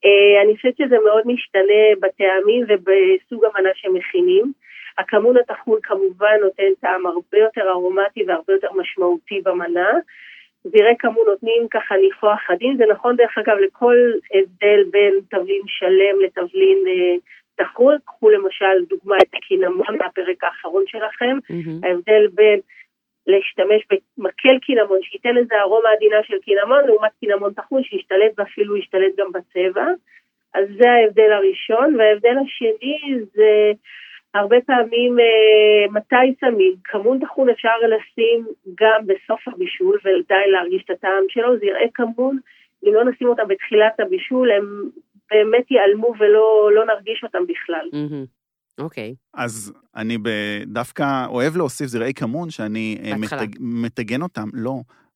D: אה, אני חושבת שזה מאוד משתנה בטעמים ובסוג המנה שמכינים. הכמון הטחון כמובן נותן טעם הרבה יותר ארומטי והרבה יותר משמעותי במנה. זירי כמון נותנים ככה ניחוח עדין, זה נכון דרך אגב לכל הבדל בין תבלין שלם לתבלין אה, טחון. קחו למשל דוגמא את הקינמון מהפרק האחרון שלכם,
B: מהמם.
D: ההבדל בין להשתמש במקל קינמון, שייתן איזה ארומה עדינה של קינמון, לעומת קינמון טחון שישתלט ואפילו ישתלט גם בצבע. אז זה ההבדל הראשון, וההבדל השני זה הרבה פעמים אה, מתי שמים. כמון טחון אפשר לשים גם בסוף הבישול ועדיין להרגיש את הטעם שלו, זרעי כמון, אם לא נשים אותם בתחילת הבישול, הם באמת ייעלמו ולא לא נרגיש אותם בכלל.
B: מהמם. אוקיי.
A: אז אני ב- דווקא אוהב להוסיף זרעי כמון, שאני אה,
B: בהתחלה.
A: מתג- מטגן אותם, לא,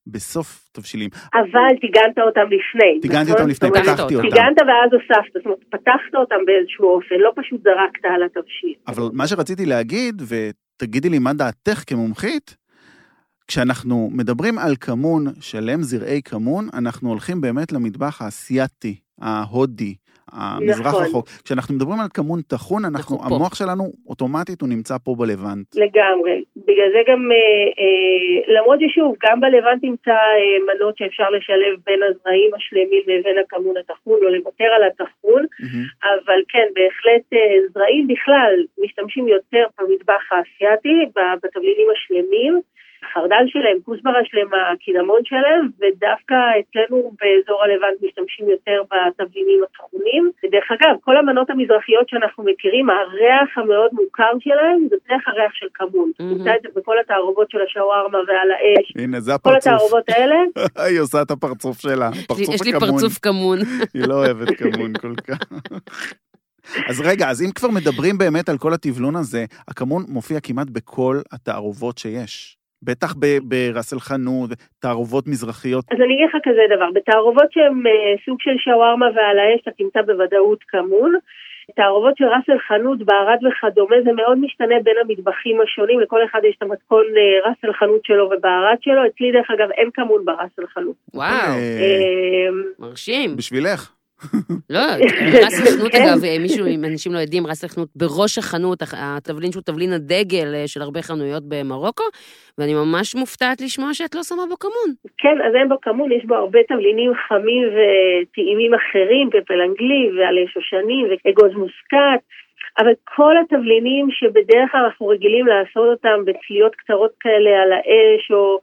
A: בסוף תבשילים.
D: נכון, אבל טיגנת אותם לפני.
A: טיגנתי
D: נכון?
A: אותם לפני,
D: זאת אומרת,
A: פתחתי
B: אותם.
A: אותם.
D: טיגנת ואז הוספת, זאת אומרת, פתחת אותם באיזשהו אופן, לא פשוט זרקת על התבשיל.
A: אבל מה שרציתי להגיד, ותגידי לי מה דעתך כמומחית, כשאנחנו מדברים על כמון, שלם זרעי כמון, אנחנו הולכים באמת למטבח האסייתי, ההודי, המזרח
D: נכון.
A: רחוק. כשאנחנו מדברים על כמון טחון, אנחנו,
B: אנחנו פה.
A: המוח שלנו אוטומטית הוא נמצא פה בלבנט.
D: לגמרי. בגלל זה גם, אה, אה, למרות ששוב, גם בלבנט תמצא אה, מנות שאפשר לשלב בין הזרעים השלמים לבין הכמון הטחון, או לוותר על הטחון,
A: מהמם.
D: אבל כן, בהחלט אה, זרעים בכלל משתמשים יותר במטבח האסייתי, ב- בתבלינים השלמים, חרדל שלהם, כוסברה שלמה, הקינמון שלהם, ודווקא אצלנו באזור הלבנט משתמשים יותר בתבלינים הטחונים. ודרך אגב, כל המנות המזרחיות שאנחנו מכירים, הריח המאוד מוכר שלהם זה דרך הריח של כמון.
B: Mhm.
D: נמצא את זה בכל התערובות של השווארמה ועל האש,
A: הנה, זה
D: כל
A: הפרצוף.
D: התערובות האלה.
A: היא עושה את הפרצוף שלה,
B: יש לי-
A: פרצוף
B: יש לי
A: הכמון.
B: פרצוף כמון.
A: היא לא אוהבת כמון כל כך. אז רגע, אז אם כבר מדברים באמת על כל הטבלון הזה, הכמון מופיע כמעט בכל התערובות שיש. בטח ב- בראס אל חנות, תערובות מזרחיות.
D: אז אני אגיד לך כזה דבר, בתערובות שהן אה, סוג של שווארמה ועל האש אתה תמצא בוודאות כמון. תערובות של ראס אל חנות, בערד וכדומה, זה מאוד משתנה בין המטבחים השונים, לכל אחד יש את המתכון אה, ראס אל חנות שלו ובערד שלו, אצלי דרך אגב אין כמון בראס אל חנות.
B: וואו,
A: אה,
D: אה,
B: מרשים.
A: בשבילך.
B: לא, רס לחנות,
D: כן.
B: אגב, מישהו, אם אנשים לא יודעים, רס לחנות בראש החנות, הח- התבלין שהוא תבלין הדגל אה, של הרבה חנויות במרוקו, ואני ממש מופתעת לשמוע שאת לא שמה בו כמון.
D: כן, אז אין בו כמון, יש בו הרבה תבלינים חמים וטעימים אחרים, פפל אנגלי ועלי שושנים ואגוז מוסקת, אבל כל התבלינים שבדרך כלל אנחנו רגילים לעשות אותם בצליות קצרות כאלה על האש, או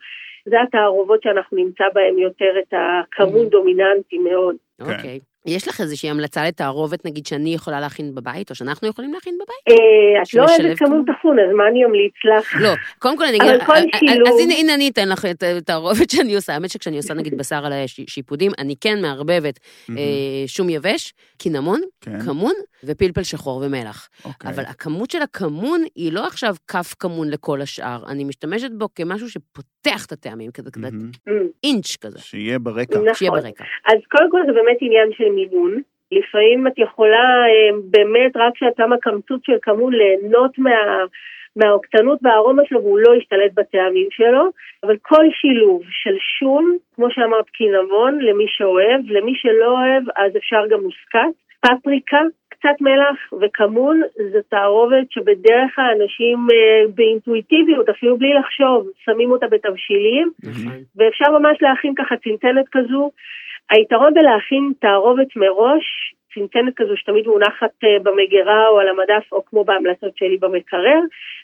D: זה התערובות שאנחנו נמצא בהן יותר את הכמון דומיננטי מאוד.
A: כן.
B: אוקיי. יש לך איזושהי המלצה לתערובת, נגיד, שאני יכולה להכין בבית, או שאנחנו יכולים להכין בבית?
D: אה, את לא
B: שמשלב
D: אוהבת
B: כמון?
D: כמון טחון, אז מה אני אמליץ לך?
B: לא, קודם כל אני
D: אבל
B: אגיד...
D: כל כאילו-
B: אה, אה,
D: שילוב-
B: אז הנה, הנה אני אתן לך את התערובת שאני עושה. האמת שכשאני עושה, נגיד, בשר על האש, שיפודים, אני כן מערבבת אה, שום יבש, קינמון,
A: כן,
B: כמון ופלפל שחור ומלח.
A: אוקיי.
B: אבל הכמות של הכמון היא לא עכשיו כף כמון לכל השאר, אני משתמשת בו כמשהו שפותח את הטעמים, כזה כזה
A: מהמם.
D: אמ,
B: אינץ' כזה,
A: שיהיה ברקע.
B: שיהיה
D: נכון.
B: ברקע.
D: אז קודם כל זה באמת עניין של מימון. לפעמים את יכולה אה, באמת רק כשאת שמה קמצוץ של כמון ליהנות מה... מהעוקצנות והארומה שלו והוא לא ישתלט בטעמים שלו, אבל כל שילוב של שום, כמו שאמרת קינמון, למי שאוהב, למי שלא אוהב אז אפשר גם מוסקת, פפריקה, קצת מלח וכמון, זו תערובת שבדרך כלל אנשים אה, באינטואיטיביות, אפילו בלי לחשוב, שמים אותה בתבשילים,
B: נכון.
D: ואפשר ממש להכין ככה צנצנת כזו. היתרון בלהכין תערובת מראש, צנצנת כזו שתמיד מונחת אה, במגירה או על המדף, או כמו בהמלצות שלי במקרר,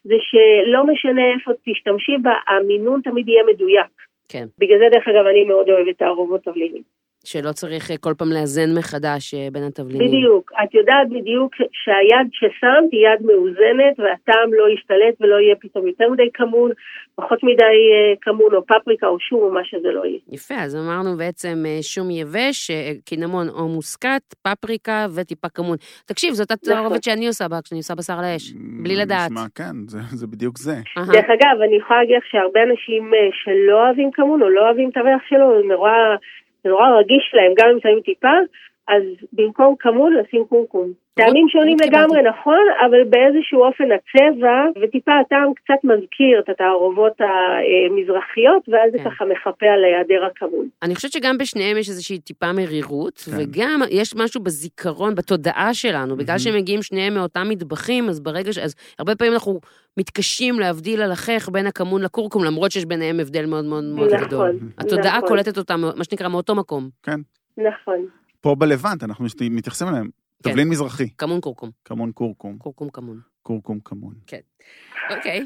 D: זה שלא משנה איפה תשתמשי בה, המינון תמיד יהיה מדויק.
B: כן.
D: בגלל זה, דרך אגב, אני מאוד אוהבת תערובות תבלינים.
B: שלא צריך אה, כל פעם לאזן מחדש אה, בין התבלינים.
D: בדיוק. את יודעת בדיוק שהיד ששמת היא יד מאוזנת, והטעם לא ישתלט ולא יהיה פתאום יותר מדי כמון, פחות מדי אה, כמון, או פפריקה, או שום, או מה שזה לא יהיה.
B: יפה, אז אמרנו בעצם אה, שום יבש, אה, קינמון או מוסקת, פפריקה וטיפה כמון. תקשיב, זאת
D: נכון.
B: התערובת שאני עושה בה, כשאני עושה בשר על האש. בלי לדעת.
A: נשמע, כן, זה- זה בדיוק זה.
B: אהה.
D: דרך אגב, אני יכולה להגיד לך שהרבה אנשים אה, שלא אוהבים כמון או לא אוהבים את הריח שלו, זה נורא, זה נורא רגיש להם, גם אם שמים טיפה, אז במקום כמון לשים קומקום. טעמים שונים
B: קיבלתי.
D: לגמרי, נכון, אבל באיזשהו אופן הצבע וטיפה הטעם קצת מזכיר את התערובות המזרחיות, ואז זה
B: כן.
D: ככה מחפה על היעדר הכמון.
B: אני חושבת שגם בשניהם יש איזושהי טיפה מרירות,
A: כן.
B: וגם יש משהו בזיכרון, בתודעה שלנו, בגלל
A: מהמם.
B: שהם מגיעים שניהם מאותם מטבחים, אז ברגע ש... אז הרבה פעמים אנחנו מתקשים להבדיל על החייך בין הכמון לכורכום, למרות שיש ביניהם הבדל מאוד מאוד מאוד גדול.
D: נכון,
B: התודעה
D: נכון.
B: קולטת אותם, מה שנקרא, מאותו מקום,
D: נכון.
A: פה בלבנט, אנחנו מת- מתייחסים אליהם.
B: כן.
A: תבלין מזרחי,
B: כמון כורכום,
A: כמון כורכום,
B: כורכום כמון.
A: כורכום כמון.
B: אוקיי.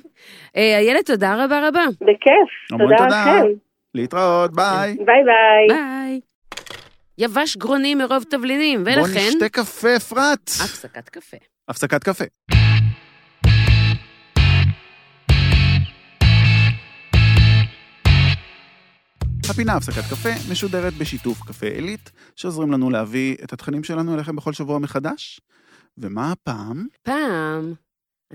B: אה, איילת, תודה רבה רבה.
D: בכיף,
A: המון
D: תודה
A: תודה.
D: לכם.
A: להתראות, ביי.
D: ביי ביי.
B: ביי. יבש גרוני מרוב תבלינים,
A: בוא
B: ולכן...
A: נשתה קפה, אפרת.
B: הפסקת קפה.
A: הפסקת קפה. הפינה הפסקת קפה משודרת בשיתוף קפה עילית, שעוזרים לנו להביא את התכנים שלנו אליכם בכל שבוע מחדש. ומה הפעם?
B: פעם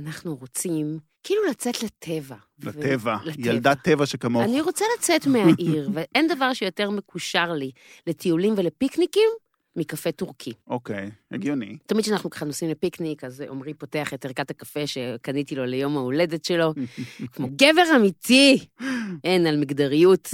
B: אנחנו רוצים כאילו לצאת לטבע. ו-
A: לטבע, ילדת טבע שכמוך.
B: אני רוצה לצאת מהעיר, ואין דבר שיותר מקושר לי לטיולים ולפיקניקים מקפה טורקי.
A: אוקיי, הגיוני.
B: תמיד כשאנחנו ככה נוסעים לפיקניק, אז עמרי פותח את ערכת הקפה שקניתי לו ליום ההולדת שלו, כמו גבר אמיתי, אין על מגדריות,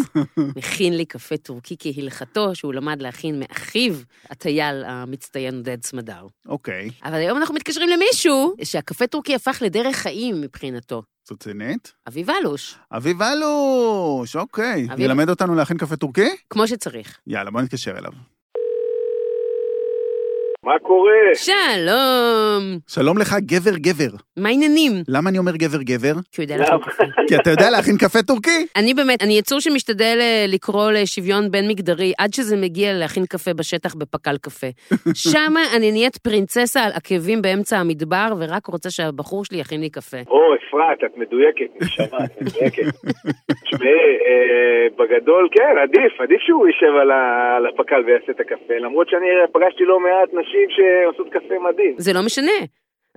B: מכין לי קפה טורקי כהלכתו, שהוא למד להכין מאחיו, הטייל המצטיין עודד סמדר.
A: אוקיי,
B: אבל היום אנחנו מתקשרים למישהו שהקפה טורקי הפך לדרך חיים מבחינתו.
A: את רצינית?
B: אביב אלוש,
A: אביב אלוש, אוקיי.
B: אביב-
A: ילמד אותנו להכין קפה טורקי?
B: כמו שצריך.
A: יאללה, בוא נתקשר אליו.
E: מה קורה?
B: שלום,
A: שלום לך, גבר גבר.
B: מה העניינים?
A: למה אני אומר גבר גבר?
B: כי הוא יודע
E: למה?
B: להכין קפה.
A: כי אתה יודע להכין קפה טורקי?
B: אני באמת, אני יצור שמשתדל אה, לקרוא לשוויון בין-מגדרי עד שזה מגיע להכין קפה בשטח בפקל קפה. שמה אני נהיית פרינצסה על עקבים באמצע המדבר, ורק רוצה שהבחור שלי יכין לי קפה.
E: או, אפרת, את מדויקת, נשמה, את מדויקת. תשמעי, אה, בגדול, כן, עדיף, עדיף שהוא יישב על ה- על הפקל ויעשה את הקפה, למרות שאני פגשתי לא מעט נשים שעושות קפה מדהים.
B: זה לא משנה.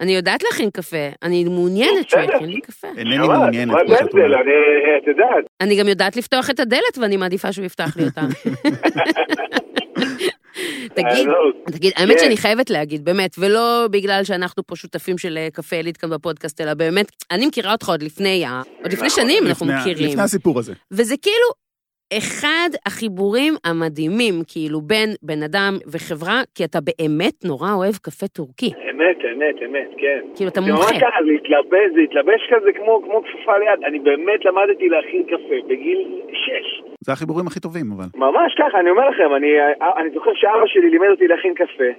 B: אני יודעת להכין קפה, אני מעוניינת שהוא יכין לי קפה.
A: אינני מעוניינת,
E: כמו
A: כמו שאת אומרת.
E: את יודעת,
B: אני גם יודעת לפתוח את הדלת, ואני מעדיפה שהוא יפתח לי אותה. תגיד,
E: אלון.
B: תגיד, האמת
E: כן.
B: שאני חייבת להגיד, באמת, ולא בגלל שאנחנו פה שותפים של אה, קפה עילית כאן בפודקאסט, אלא באמת, אני מכירה אותך עוד לפני, ה- עוד לפני שנים אנחנו
A: לפני ה-
B: מכירים.
A: לפני הסיפור הזה.
B: וזה כאילו אחד החיבורים המדהימים, כאילו, בין בן אדם וחברה, כי אתה באמת נורא אוהב קפה טורקי.
E: אמת, אמת, אמת, כן.
B: כאילו, אתה
E: זה ממש
B: מומחה.
E: ככה, זה התלבש, זה התלבש כזה כמו כמו כפפה ליד. אני באמת למדתי להכין קפה בגיל שש.
A: זה החיבורים הכי טובים, אבל.
E: ממש ככה, אני אומר לכם, אני, אני זוכר שאבא שלי לימד אותי להכין קפה.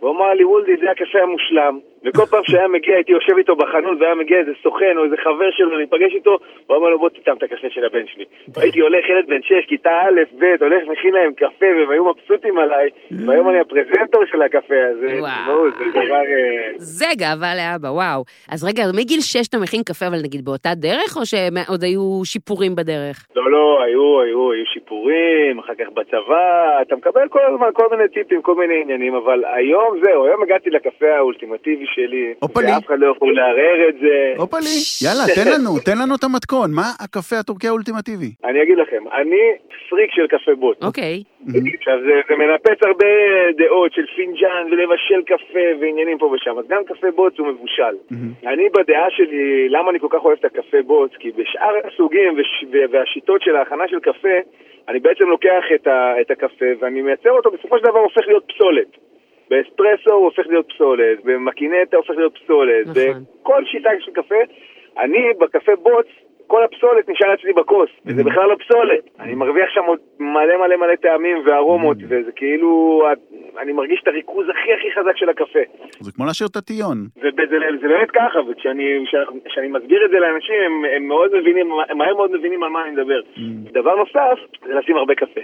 E: הוא אמר לי, וולדי, זה הקפה המושלם. וכל פעם שהיה מגיע, הייתי יושב איתו בחנות, והיה מגיע איזה סוכן או איזה חבר שלו, אני מפגש איתו, הוא אמר לו, בוא תטעם את הקפה של הבן שלי. הייתי הולך, ילד בן 6, כיתה א', ב', הולך, מכין להם קפה, והם היו מבסוטים עליי, והיום אני הפרזנטור של הקפה הזה.
B: וואו.
E: תשמעו, זה דבר... אה,
B: זה גאווה לאבא, וואו. אז רגע, אז מגיל שש אתה מכין קפה, אבל נגיד באותה דרך, או שעוד היו שיפורים בדרך?
E: לא, לא, היו, היו, היו שיפורים, אחר כך בצבא, אתה מקבל כל הזמן כל מיני טיפים, כל מיני עניינים, אבל היום זהו, היום הגעתי לקפה האולטימטיבי שלי,
A: הופלי.
E: ואף אחד לא יכול לערער את זה.
A: הופלי, יאללה, תן לנו, תן לנו את המתכון. מה הקפה הטורקי האולטימטיבי?
E: אני אגיד לכם, אני פריק של קפה בוט.
B: אוקיי.
E: עכשיו, זה, זה מנפץ הרבה דעות של פינג'אן ולבשל קפה ועניינים פה ושם, אז גם קפה בוץ הוא מבושל. אני בדעה שלי, למה אני כל כך אוהב את הקפה בוץ, כי בשאר הסוגים וש... ו- והשיטות של ההכנה של קפה, אני בעצם לוקח את, ה... את הקפה ואני מייצר אותו, בסופו של דבר הוא הופך להיות פסולת. באספרסו הוא הופך להיות פסולת, במקינטה הוא הופך להיות פסולת,
B: נכון.
E: בכל שיטה של קפה. אני בקפה בוץ, כל הפסולת נשאר אצלי בכוס, וזה בכלל לא פסולת. אני מרוויח שם עוד מלא מלא מלא טעמים וארומות, וזה כאילו, אני מרגיש את הריכוז הכי הכי חזק של הקפה.
A: זה כמו להשאיר את הטיון.
E: זה, זה, זה באמת ככה, וכשאני כשאנחנו- כשאני מסביר את זה לאנשים, הם, הם מאוד מבינים, הם מהר מאוד מבינים על מה אני מדבר. דבר נוסף, זה לשים הרבה קפה.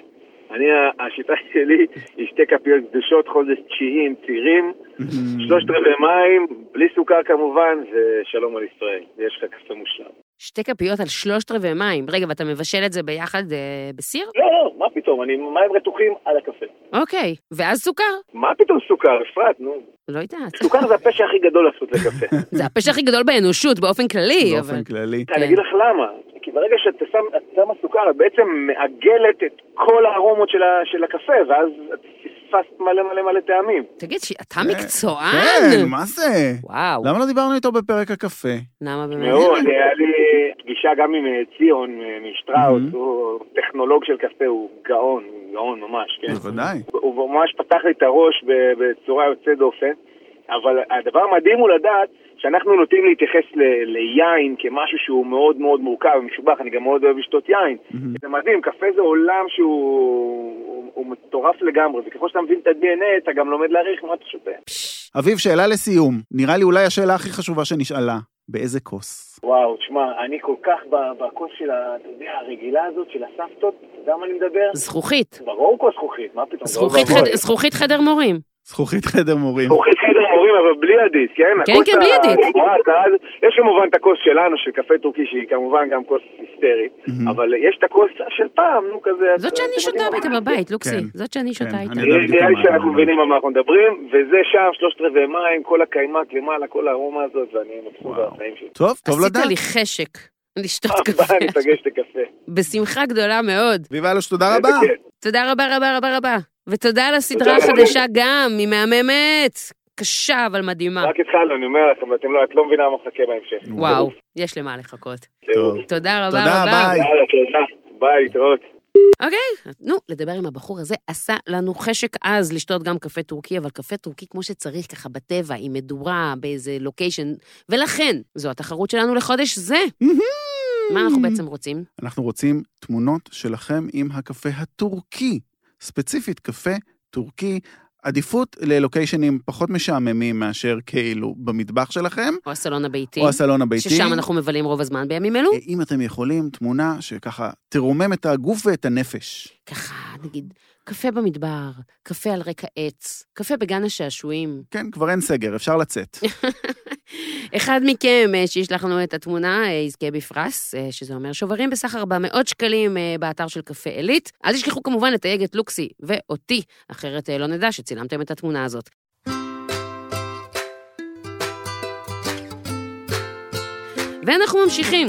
E: אני, ה- השיטה שלי היא שתי כפיות קדושות, חודש תשיעי עם צירים,
B: אה,
E: שלושת רבעי מים, בלי סוכר כמובן, ושלום על ישראל. יש לך קפה מושלם.
B: שתי כפיות על שלושת רבעי מים. רגע, ואתה מבשל את זה ביחד אה, בסיר?
E: לא, לא, מה פתאום, אני מים רתוחים על הקפה.
B: אוקיי. ואז סוכר?
E: מה פתאום סוכר, אפרת, נו.
B: לא יודעת.
E: סוכר זה הפשע הכי גדול לעשות לקפה.
B: זה הפשע הכי גדול באנושות, באופן כללי, אבל...
A: באופן כללי.
E: אני אגיד לך למה. כי ברגע שאת שם- את שמה סוכר, את בעצם מעגלת את כל הארומות של ה- של הקפה, ואז את פספסת מלא מלא מלא טעמים.
B: תגיד, ש- אתה
A: כן, כן,
B: מקצוען!
A: מה זה?
B: וואו,
A: למה לא דיברנו איתו בפרק הקפה?
B: למה באמת?
E: מאוד, היה לי פגישה גם עם אה, ציון אה, משטראוס,
A: Mhm.
E: הוא טכנולוג של קפה, הוא גאון, הוא גאון ממש, כן.
A: בוודאי.
E: הוא ממש פתח לי את הראש ב- בצורה יוצאת דופן, אבל הדבר המדהים הוא לדעת שאנחנו נוטים להתייחס ל- ליין כמשהו שהוא מאוד מאוד מורכב ומשובח, אני גם מאוד אוהב לשתות יין. זה מדהים, קפה זה עולם שהוא הוא- הוא מטורף לגמרי, וככל שאתה מבין את ה-DNA אתה גם לומד להעריך מה אתה שותה.
A: אביב, שאלה לסיום. נראה לי אולי השאלה הכי חשובה שנשאלה, באיזה כוס?
E: וואו, תשמע, אני כל כך ב- בכוס של, ה- אתה יודע, הרגילה הזאת של הסבתות, אתה יודע מה אני מדבר?
B: זכוכית.
E: ברור כוס זכוכית, מה פתאום?
B: זכוכית
E: ברור,
B: חד-
E: ברור.
B: זכוכית חדר מורים.
A: זכוכית חדר מורים.
F: זכוכית חדר מורים, אבל בלי עדית, כן?
B: כן,
F: הכוס
B: כן, בלי
F: ה-
B: עדית.
F: הקבועת אז, יש כמובן את הכוס שלנו, של קפה טורקי, שהיא כמובן גם כוס היסטרית,
A: Mhm.
F: אבל יש את הכוס של פעם, נו כזה...
C: זאת
F: אתם
C: שאני
F: יודעים
C: שותה
F: מה.
C: איתה בבית, לוקסי.
A: כן.
C: זאת שאני
A: כן,
C: שותה איתה.
A: אני יודע בדיוק
F: נראה לי
A: מה אתה
F: שאנחנו
A: אומר.
F: מבינים על מה אנחנו מדברים, וזה שם שלושת רבעי מים, כל הקיימק למעלה, כל הארומה הזאת, ואני מבסוט
A: וואו.
F: בחיים שלי. אה,
A: טוב, טוב
B: עשית
A: לדעת.
B: לי חשק לשתות
F: פעם
B: קפה.
F: הבאה ניפגש לקפה.
B: בשמחה גדולה מאוד.
A: אביב אלוש, תודה רבה.
F: איזה כיף.
B: תודה רבה רבה רבה רבה. ותודה על הסדרה
F: תודה רבה.
B: החדשה גם, היא מהממת. קשה אבל מדהימה.
F: רק התחלנו, אני אומר לכם, אתם לא, את לא מבינה מה מחכה בהמשך.
B: וואו, יש למה לחכות.
A: טוב.
B: תודה רבה
A: תודה,
B: רבה.
A: ביי.
F: יאללה, תודה. ביי, להתראות.
B: נו, לדבר עם הבחור הזה עשה לנו חשק אז לשתות גם קפה טורקי, אבל קפה טורקי כמו שצריך, ככה בטבע, עם מדורה, באיזה לוקיישן. ולכן, זו התחרות שלנו לחודש זה. מה אנחנו
A: Mm.
B: בעצם רוצים?
A: אנחנו רוצים תמונות שלכם עם הקפה הטורקי, ספציפית קפה טורקי. עדיפות ללוקיישנים פחות משעממים מאשר כאילו במטבח שלכם,
B: או הסלון הביתי,
A: או הסלון הביתי.
B: אוקיי. ששם אנחנו מבלים רוב הזמן בימים אלו.
A: אה, אם אתם יכולים, תמונה שככה תרומם את הגוף ואת הנפש.
B: ככה, נגיד, קפה במדבר, קפה על רקע עץ, קפה בגן השעשועים.
A: כן, כבר אין סגר, אפשר לצאת.
B: אחד מכם אה, שישלח לנו את התמונה אה, יזכה בפרס, אה, שזה אומר שוברים בסך 400 שקלים אה, באתר של קפה עילית. אל תשכחו כמובן לתייג את לוקסי ואותי, אחרת אה, לא נדע שצילמתם את התמונה הזאת. ואנחנו ממשיכים.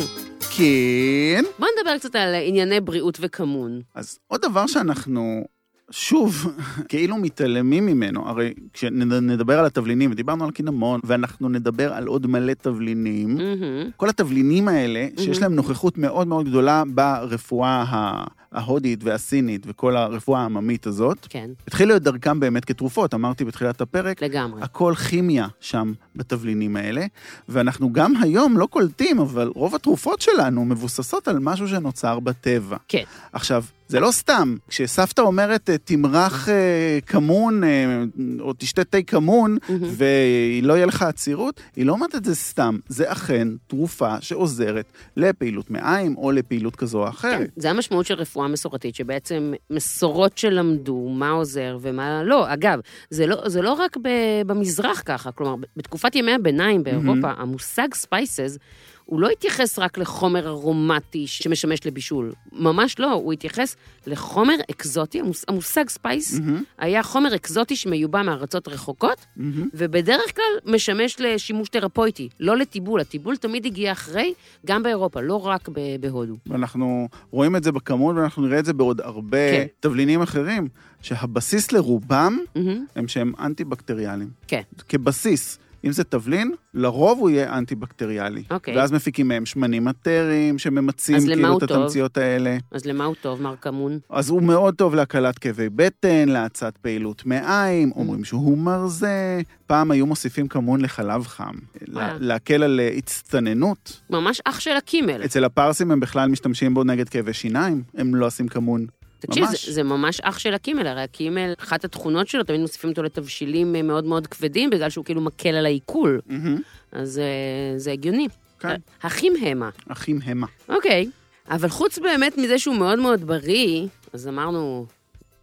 A: כן.
B: בואו נדבר קצת על אה, ענייני בריאות וכמון.
A: אז עוד דבר שאנחנו, שוב, כאילו מתעלמים ממנו, הרי כשנדבר על התבלינים, ודיברנו על קינמון, ואנחנו נדבר על עוד מלא תבלינים,
B: מהמם.
A: כל התבלינים האלה, שיש
B: מהמם.
A: להם נוכחות מאוד מאוד גדולה ברפואה ה- ההודית והסינית וכל הרפואה העממית הזאת,
B: כן,
A: התחילו את דרכם באמת כתרופות, אמרתי בתחילת הפרק.
B: לגמרי.
A: הכל כימיה שם בתבלינים האלה, ואנחנו גם היום לא קולטים, אבל רוב התרופות שלנו מבוססות על משהו שנוצר בטבע.
B: כן.
A: עכשיו, זה לא סתם, כשסבתא אומרת, אה, תמרח אה, כמון, אה, או תשתה תה כמון,
B: מהמם.
A: ולא לא יהיה לך עצירות, היא לא אומרת את זה סתם, זה אכן תרופה שעוזרת לפעילות מעיים או לפעילות כזו או אחרת.
B: זה המשמעות של רפואה מסורתית, שבעצם מסורות שלמדו מה עוזר ומה לא. אגב, זה לא, זה לא רק ב, במזרח ככה, כלומר, בתקופת ימי הביניים באירופה, mm-hmm. המושג ספייסס, הוא לא התייחס רק לחומר ארומטי שמשמש לבישול, ממש לא, הוא התייחס לחומר אקזוטי, המוש, המושג ספייס
A: מהמם,
B: היה חומר אקזוטי שמיובא מארצות רחוקות,
A: מהמם.
B: ובדרך כלל משמש לשימוש תרפויטי, לא לטיבול, הטיבול תמיד הגיע אחרי, גם באירופה, לא רק ב- בהודו.
A: ואנחנו רואים את זה בכמון, ואנחנו נראה את זה בעוד הרבה
B: כן.
A: תבלינים אחרים, שהבסיס לרובם
B: Mm-hmm.
A: הם שהם אנטי-בקטריאליים.
B: כן.
A: כבסיס. אם זה תבלין, לרוב הוא יהיה אנטי-בקטריאלי.
B: אוקיי.
A: ואז מפיקים מהם שמנים מטריים, שממצים
B: אז למה
A: כאילו
B: הוא
A: את
B: טוב?
A: התמציות האלה.
B: אז למה הוא טוב, מר כמון?
A: אז הוא מאוד טוב להקלת כאבי בטן, להאצת פעילות מעיים,
B: Mm.
A: אומרים שהוא מרזה. פעם היו מוסיפים כמון לחלב חם,
B: אה.
A: לה- להקל על אה, הצטננות.
B: ממש אח של הקימל.
A: אצל הפרסים הם בכלל משתמשים בו נגד כאבי שיניים, הם לא עושים כמון.
B: תקשיב,
A: ממש.
B: זה, זה ממש אח של הקימל, הרי הקימל, אחת התכונות שלו, תמיד מוסיפים אותו לתבשילים אה, מאוד מאוד כבדים, בגלל שהוא כאילו מקל על העיכול.
A: מהמם.
B: אז אה, זה הגיוני.
A: כן.
B: אה, אחים המה.
A: אחים המה.
B: אוקיי. אבל חוץ באמת מזה שהוא מאוד מאוד בריא, אז אמרנו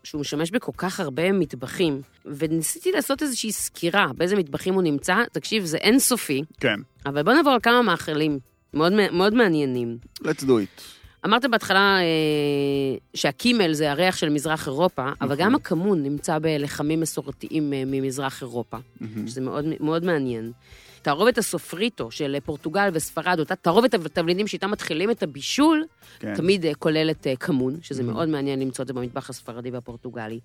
B: שהוא משמש בכל כך הרבה מטבחים, וניסיתי לעשות איזושהי סקירה באיזה מטבחים הוא נמצא. תקשיב, זה אינסופי,
A: כן.
B: אבל בוא נעבור על כמה מאכלים מאוד, מאוד מעניינים.
A: let's do it.
B: אמרת בהתחלה אה, שהקימל זה הריח של מזרח אירופה, אבל גם הכמון נמצא בלחמים מסורתיים אה, ממזרח אירופה,
A: מהמם.
B: שזה מאוד, מאוד מעניין. תערובת הסופריטו של פורטוגל וספרד, אותה תערובת התבלינים שאיתה מתחילים את הבישול,
A: כן.
B: תמיד אה, כוללת אה, כמון, שזה
A: Mhm.
B: מאוד מעניין למצוא את זה במטבח הספרדי והפורטוגלי.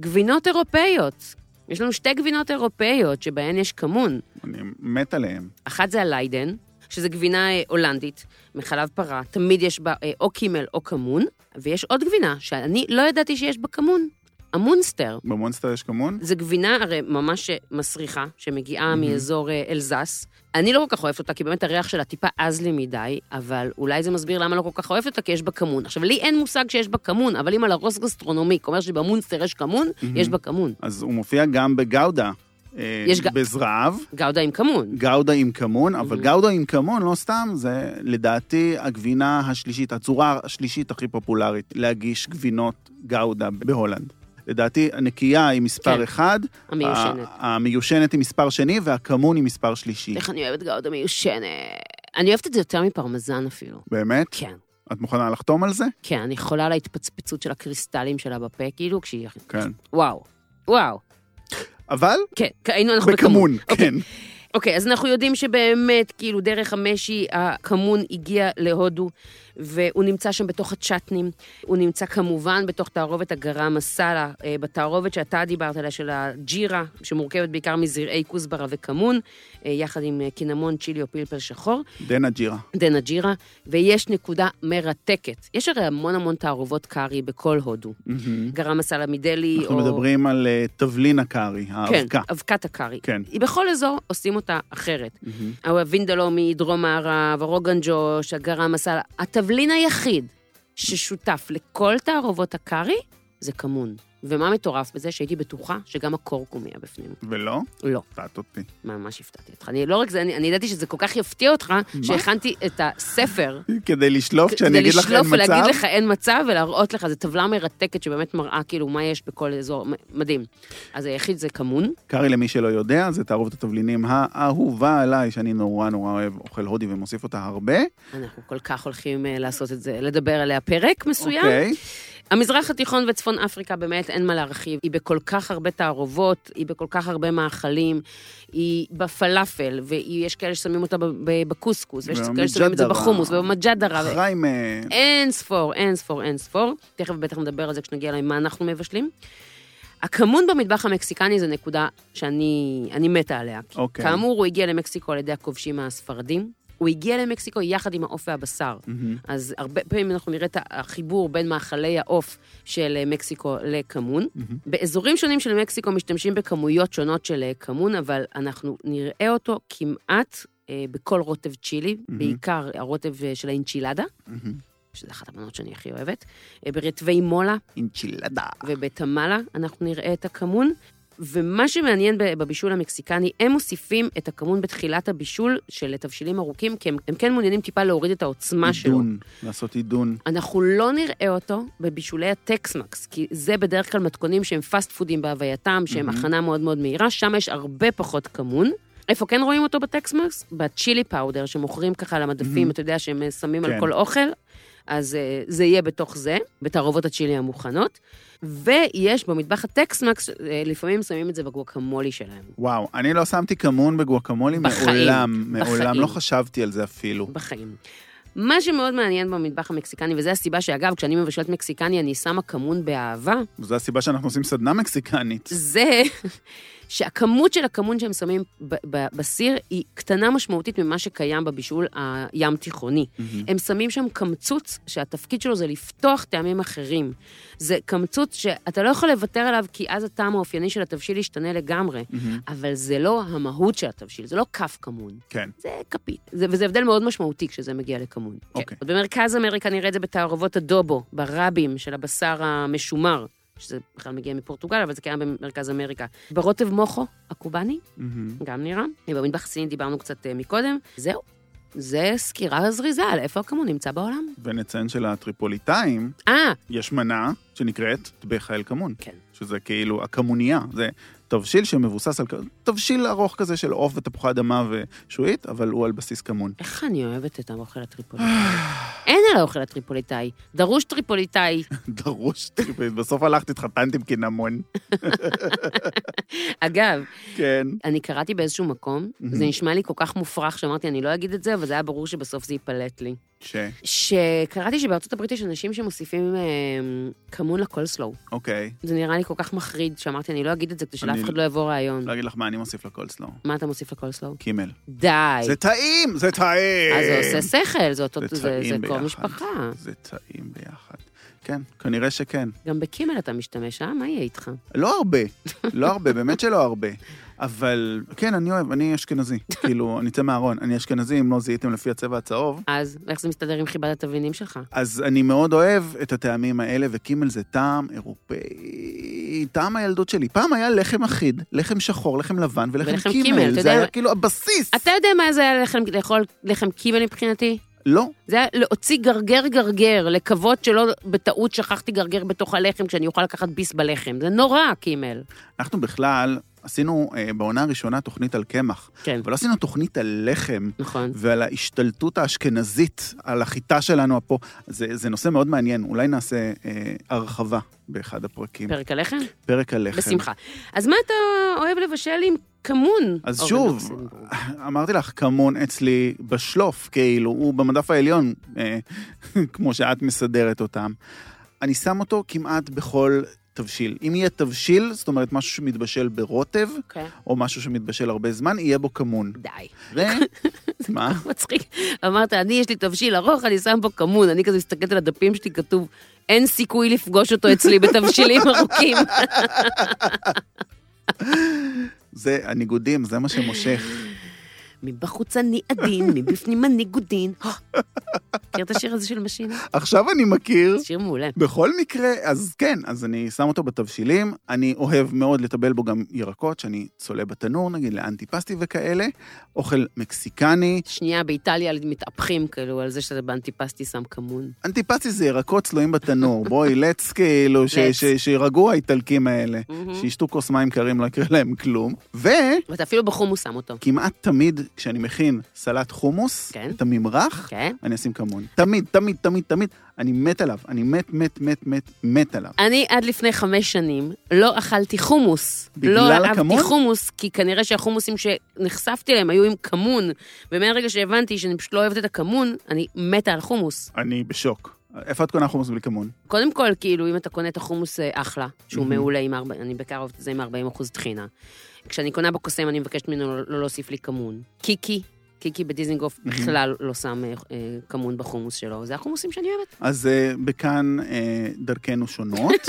B: גבינות אירופאיות, יש לנו שתי גבינות אירופאיות שבהן יש כמון.
A: אני מת עליהם.
B: אחת זה הליידן, שזה גבינה אה, הולנדית, מחלב פרה, תמיד יש בה אה, או קימל או כמון, ויש עוד גבינה שאני לא ידעתי שיש בה כמון, המונסטר.
A: במונסטר יש כמון?
B: זו גבינה הרי ממש אה, מסריחה, שמגיעה
A: מהמם.
B: מאזור אה, אלזס. אני לא כל כך אוהבת אותה, כי באמת הריח שלה טיפה עז לי מדי, אבל אולי זה מסביר למה לא כל כך אוהבת אותה, כי יש בה כמון. עכשיו, לי אין מושג שיש בה כמון, אבל אם על הרוס גסטרונומי, אומר שבמונסטר יש כמון,
A: מהמם.
B: יש בה כמון.
A: אז הוא מופיע גם בגאודה. אה,
B: יש ג-
A: בזרעב,
B: גאודה עם כמון.
A: גאודה עם כמון, אבל
B: Mhm.
A: גאודה עם כמון, לא סתם, זה לדעתי הגבינה השלישית, הצורה השלישית הכי פופולרית להגיש גבינות גאודה בהולנד. לדעתי הנקייה היא
B: כן.
A: מספר אחד,
B: המיושנת.
A: ה- המיושנת היא מספר שני, והכמון היא מספר שלישי.
B: איך אני אוהבת גאוד המיושנת. אני אוהבת את זה יותר מפרמזן אפילו.
A: באמת?
B: כן.
A: את מוכנה לחתום על זה?
B: כן, אני חולה על ההתפצפצות של הקריסטלים שלה בפה, כאילו כשהיא...
A: כן.
B: וואו. וואו.
A: אבל
B: כן, היינו אנחנו בכמון.
A: בכמון,
B: אוקיי.
A: כן.
B: אוקיי, אז אנחנו יודעים שבאמת, כאילו, דרך המשי, הכמון הגיע להודו, והוא נמצא שם בתוך הצ'טנים. הוא נמצא כמובן בתוך תערובת הגרם מסאלה, אה, בתערובת שאתה דיברת עליה, של הג'ירה, שמורכבת בעיקר מזרעי כוסברה וכמון, אה, יחד עם אה, קינמון, צ'ילי או פלפל שחור.
A: דנה ג'ירה.
B: דנה ג'ירה, ויש נקודה מרתקת. יש הרי המון המון תערובות קארי בכל הודו. גרם מסאלה מדלי, או...
A: אנחנו מדברים על אה, תבלין הקארי, האבקה.
B: כן, אבקת הקארי.
A: כן. Mm-hmm.
B: היא בכל אזור עושים אותה אחרת. הווינדלו מדרום מערב, הרוגנג'ו, שגרם מסאלה. התבלין היחיד ששותף לכל תערובות הקארי זה כמון. ומה מטורף בזה? שהייתי בטוחה שגם הקורקום יהיה בפנים.
A: ולא?
B: לא.
A: הפתעת אותי.
B: ממש הפתעתי אותך. אני לא רק זה, אני, אני ידעתי שזה כל כך יפתיע אותך, שהכנתי את הספר
A: כדי לשלוף, כשאני אגיד לך
B: כדי
A: אין
B: לשלוף ולהגיד
A: מצב?
B: לך אין מצב ולהראות לך, זו טבלה מרתקת שבאמת מראה כאילו מה יש בכל אזור, מ- מדהים. אז היחיד זה כמון,
A: קארי, למי שלא יודע, זה תערובת התבלינים האהובה עליי, שאני נורא נורא אוהב אוכל הודי ומוסיף אותה הרבה.
B: אנחנו כל כך הולכים אה, לעשות את זה, לדבר עליה פרק מסוים.
A: אוקיי.
B: המזרח התיכון וצפון אפריקה באמת אין מה להרחיב, היא בכל כך הרבה תערובות, היא בכל כך הרבה מאכלים, היא בפלאפל, ויש כאלה ששמים אותה ב- ב- בקוסקוס, ויש כאלה ששמים את זה
A: והמג'דרה.
B: בחומוס, ובמג'דרה. ו-
A: חיים,
B: אין ספור, אין ספור, אין ספור. תכף בטח נדבר על זה כשנגיע למה אנחנו מבשלים. הכמון במטבח המקסיקני זו נקודה שאני אני מתה עליה.
A: אוקיי.
B: כאמור, הוא הגיע למקסיקו על ידי הכובשים הספרדים. הוא הגיע למקסיקו יחד עם העוף והבשר. אז הרבה פעמים אנחנו נראה את החיבור בין מאכלי העוף של אה, מקסיקו לכמון. באזורים שונים של מקסיקו משתמשים בכמויות שונות של אה, כמון, אבל אנחנו נראה אותו כמעט אה, בכל רוטב צ'ילי, בעיקר הרוטב אה, של האינצ'ילדה. שזו אחת המנות שאני הכי אוהבת, אה, ברטבי מולה
A: אינצ'ילדה.
B: ובתמלה אנחנו נראה את הכמון. ומה שמעניין ב- בבישול המקסיקני, הם מוסיפים את הכמון בתחילת הבישול של תבשילים ארוכים, כי הם, הם כן מעוניינים טיפה להוריד את העוצמה שלו.
A: עידון, לעשות עידון.
B: אנחנו לא נראה אותו בבישולי הטקסמקס, כי זה בדרך כלל מתכונים שהם פאסט פודים בהווייתם, שהם הכנה מאוד מאוד מהירה, שם יש הרבה פחות כמון. איפה כן רואים אותו בטקסמקס? בצ'ילי פאודר, שמוכרים ככה על המדפים, אתה יודע, שהם אה, שמים על
A: כן.
B: כל אוכל, אז אה, זה יהיה בתוך זה, בתערובות הצ'ילי המוכנות. ויש במטבח הטקסמקס, אה, לפעמים שמים את זה בגואקמולי שלהם.
A: וואו, אני לא שמתי כמון בגואקמולי
B: בחיים,
A: מעולם, מעולם,
B: בחיים.
A: לא חשבתי על זה אפילו.
B: בחיים. מה שמאוד מעניין במטבח המקסיקני, וזו הסיבה שאגב, כשאני מבשלת מקסיקני, אני שמה כמון באהבה,
A: זו הסיבה שאנחנו עושים סדנה מקסיקנית.
B: זה שהכמות של הכמון שהם שמים ב- ב- בסיר היא קטנה משמעותית ממה שקיים בבישול הים תיכוני. הם שמים שם קמצוץ שהתפקיד שלו זה לפתוח טעמים אחרים. זה קמצוץ שאתה לא יכול לוותר עליו כי אז הטעם האופייני של התבשיל ישתנה לגמרי, אבל זה לא המהות של התבשיל, זה לא כף כמון.
A: כן.
B: זה אה, כפית. זה, וזה הבדל מאוד משמעותי כשזה מגיע לכמון.
A: אוקיי.
B: עוד במרכז אמריקה נראה את זה בתערובות הדובו, ברבים של הבשר המשומר, שזה בכלל מגיע מפורטוגל, אבל זה קיים במרכז אמריקה. ברוטב מוחו הקובאני,
A: מהמם.
B: גם נראה. במטבח הסיני דיברנו קצת אה, מקודם. זהו. זה סקירה זריזה על איפה הכמון נמצא בעולם.
A: ונציין שלטריפוליטאים
B: אה,
A: יש מנה שנקראת טבח האל כמון.
B: כן.
A: שזה כאילו הקמוניה, זה תבשיל שמבוסס על... כ- תבשיל ארוך כזה של עוף ותפוחי אדמה ושועית, אבל הוא על בסיס כמון.
B: איך אני אוהבת את האוכל הטריפוליטאי. אין על האוכל הטריפוליטאי. דרוש טריפוליטאי.
A: דרוש, בסוף הלכת, התחתנת עם קינמון.
B: אגב,
A: כן.
B: אני קראתי באיזשהו מקום, זה נשמע לי כל כך מופרך שאמרתי, אני לא אגיד את זה, אבל זה היה ברור שבסוף זה ייפלט לי.
A: ש...
B: שקראתי שבארצות הברית יש אנשים שמוסיפים אה, כמון לקולסלואו.
A: אוקיי.
B: זה נראה לי כל כך מחריד שאמרתי, אני לא אגיד את זה כדי שלאף
A: אני-
B: אחד לא יבוא רעיון.
A: לא אגיד לך מה אני מוסיף לקולסלו.
B: מה אתה מוסיף לקולסלואו?
A: קימל.
B: די.
A: זה טעים! זה טעים!
B: אז אה, זה עושה שכל, זה אותו-
A: זה
B: זה
A: טעים
B: זה קרוב
A: ביחד.
B: משפחה.
A: זה טעים ביחד. כן, כנראה שכן.
B: גם בקימל אתה משתמש, אה? מה יהיה איתך?
A: לא הרבה, לא הרבה, באמת שלא הרבה. אבל כן, אני אוהב, אני אשכנזי. כאילו, אני אצא מהארון, אני אשכנזי, אם לא זיהיתם לפי הצבע הצהוב.
B: אז איך זה מסתדר עם חיבת התבלינים שלך?
A: אז אני מאוד אוהב את הטעמים האלה, וקימל זה טעם אירופאי, טעם הילדות שלי. פעם היה לחם אחיד, לחם שחור, לחם לבן ולחם
B: ולחם
A: קימל.
B: קימל, אתה
A: זה
B: יודע-
A: היה כאילו הבסיס.
B: אתה יודע מה זה היה לחם- לאכול לחם קימל מבחינתי?
A: לא.
B: זה היה להוציא גרגר גרגר, לקוות שלא בטעות שכחתי גרגר בתוך הלחם, כשאני אוכל לקחת ביס בלחם. זה נורא, קימל.
A: אנחנו בכלל עשינו אה, בעונה הראשונה תוכנית על קמח,
B: כן,
A: אבל לא עשינו תוכנית על לחם.
B: נכון.
A: ועל ההשתלטות האשכנזית, על החיטה שלנו פה. זה, זה נושא מאוד מעניין, אולי נעשה אה, הרחבה באחד הפרקים. פרק,
B: פרק הלחם?
A: פרק הלחם.
B: בשמחה. אז מה אתה אוהב לבשל עם כמון? אוקיי, לא,
A: אז
B: אורן
A: שוב,
B: לוקסנבורג?
A: אמרתי לך, כמון אצלי בשלוף, כאילו, הוא במדף העליון, אה, כמו שאת מסדרת אותם. אני שם אותו כמעט בכל תבשיל. אם יהיה תבשיל, זאת אומרת, משהו שמתבשל ברוטב,
B: אוקיי.
A: או משהו שמתבשל הרבה זמן, יהיה בו כמון.
B: די.
A: ו...
B: נכון.
A: מה?
B: מצחיק. אמרת, אני, יש לי תבשיל ארוך, אני שם פה כמון. אני כזה מסתכלת על הדפים שלי, כתוב, אין סיכוי לפגוש אותו אצלי בתבשילים ארוכים.
A: זה הניגודים, זה מה שמושך.
B: מבחוץ אני עדין, מבפנים אני גודין. מכיר את השיר הזה של משינה?
A: עכשיו אני מכיר.
B: שיר מעולה.
A: בכל מקרה, אז כן, אז אני שם אותו בתבשילים. אני אוהב מאוד לטבל בו גם ירקות, שאני צולע בתנור, נגיד לאנטיפסטי וכאלה. אוכל מקסיקני.
B: שנייה, באיטליה מתהפכים כאילו על זה שאתה באנטיפסטי שם כמון.
A: אנטיפסטי זה ירקות צלויים בתנור. בואי, לץ כאילו, ש-
B: Let's. Mm-hmm.
A: ש- שירגעו האיטלקים האלה.
B: מהמם.
A: שישתו כוס מים קרים, לא יקרה להם כלום.
B: ואתה אפילו בחומוס שם אותו.
A: וכמעט תמיד כשאני מכין סלט חומוס,
B: כן.
A: את הממרח,
B: כן?
A: אני אשים כמון. תמיד, תמיד, תמיד, תמיד. אני מת עליו. אני מת, מת, מת, מת, מת עליו.
B: אני עד לפני חמש שנים לא אכלתי חומוס.
A: בגלל
B: לא
A: הכמון?
B: אהבתי חומוס, כי כנראה שהחומוסים שנחשפתי אליהם היו עם כמון. ומהרגע שהבנתי שאני פשוט לא אוהבת את הכמון, אני מתה על חומוס.
A: אני בשוק. איפה את קונה חומוס בלי כמון?
B: קודם כל, כאילו, אם אתה קונה את החומוס אה, אחלה, שהוא
A: מהמם.
B: מעולה עם 40, אני בעיקר אוהבת את זה עם 40 אחוז טחינה. כשאני קונה בקוסם, אני מבקשת ממנו לא- לא להוסיף לי כמון. קיקי, קיקי בדיזינגוף בכלל לא שם אה, אה, כמון בחומוס שלו, זה החומוסים שאני אוהבת.
A: אז אה, בכאן אה, דרכנו שונות.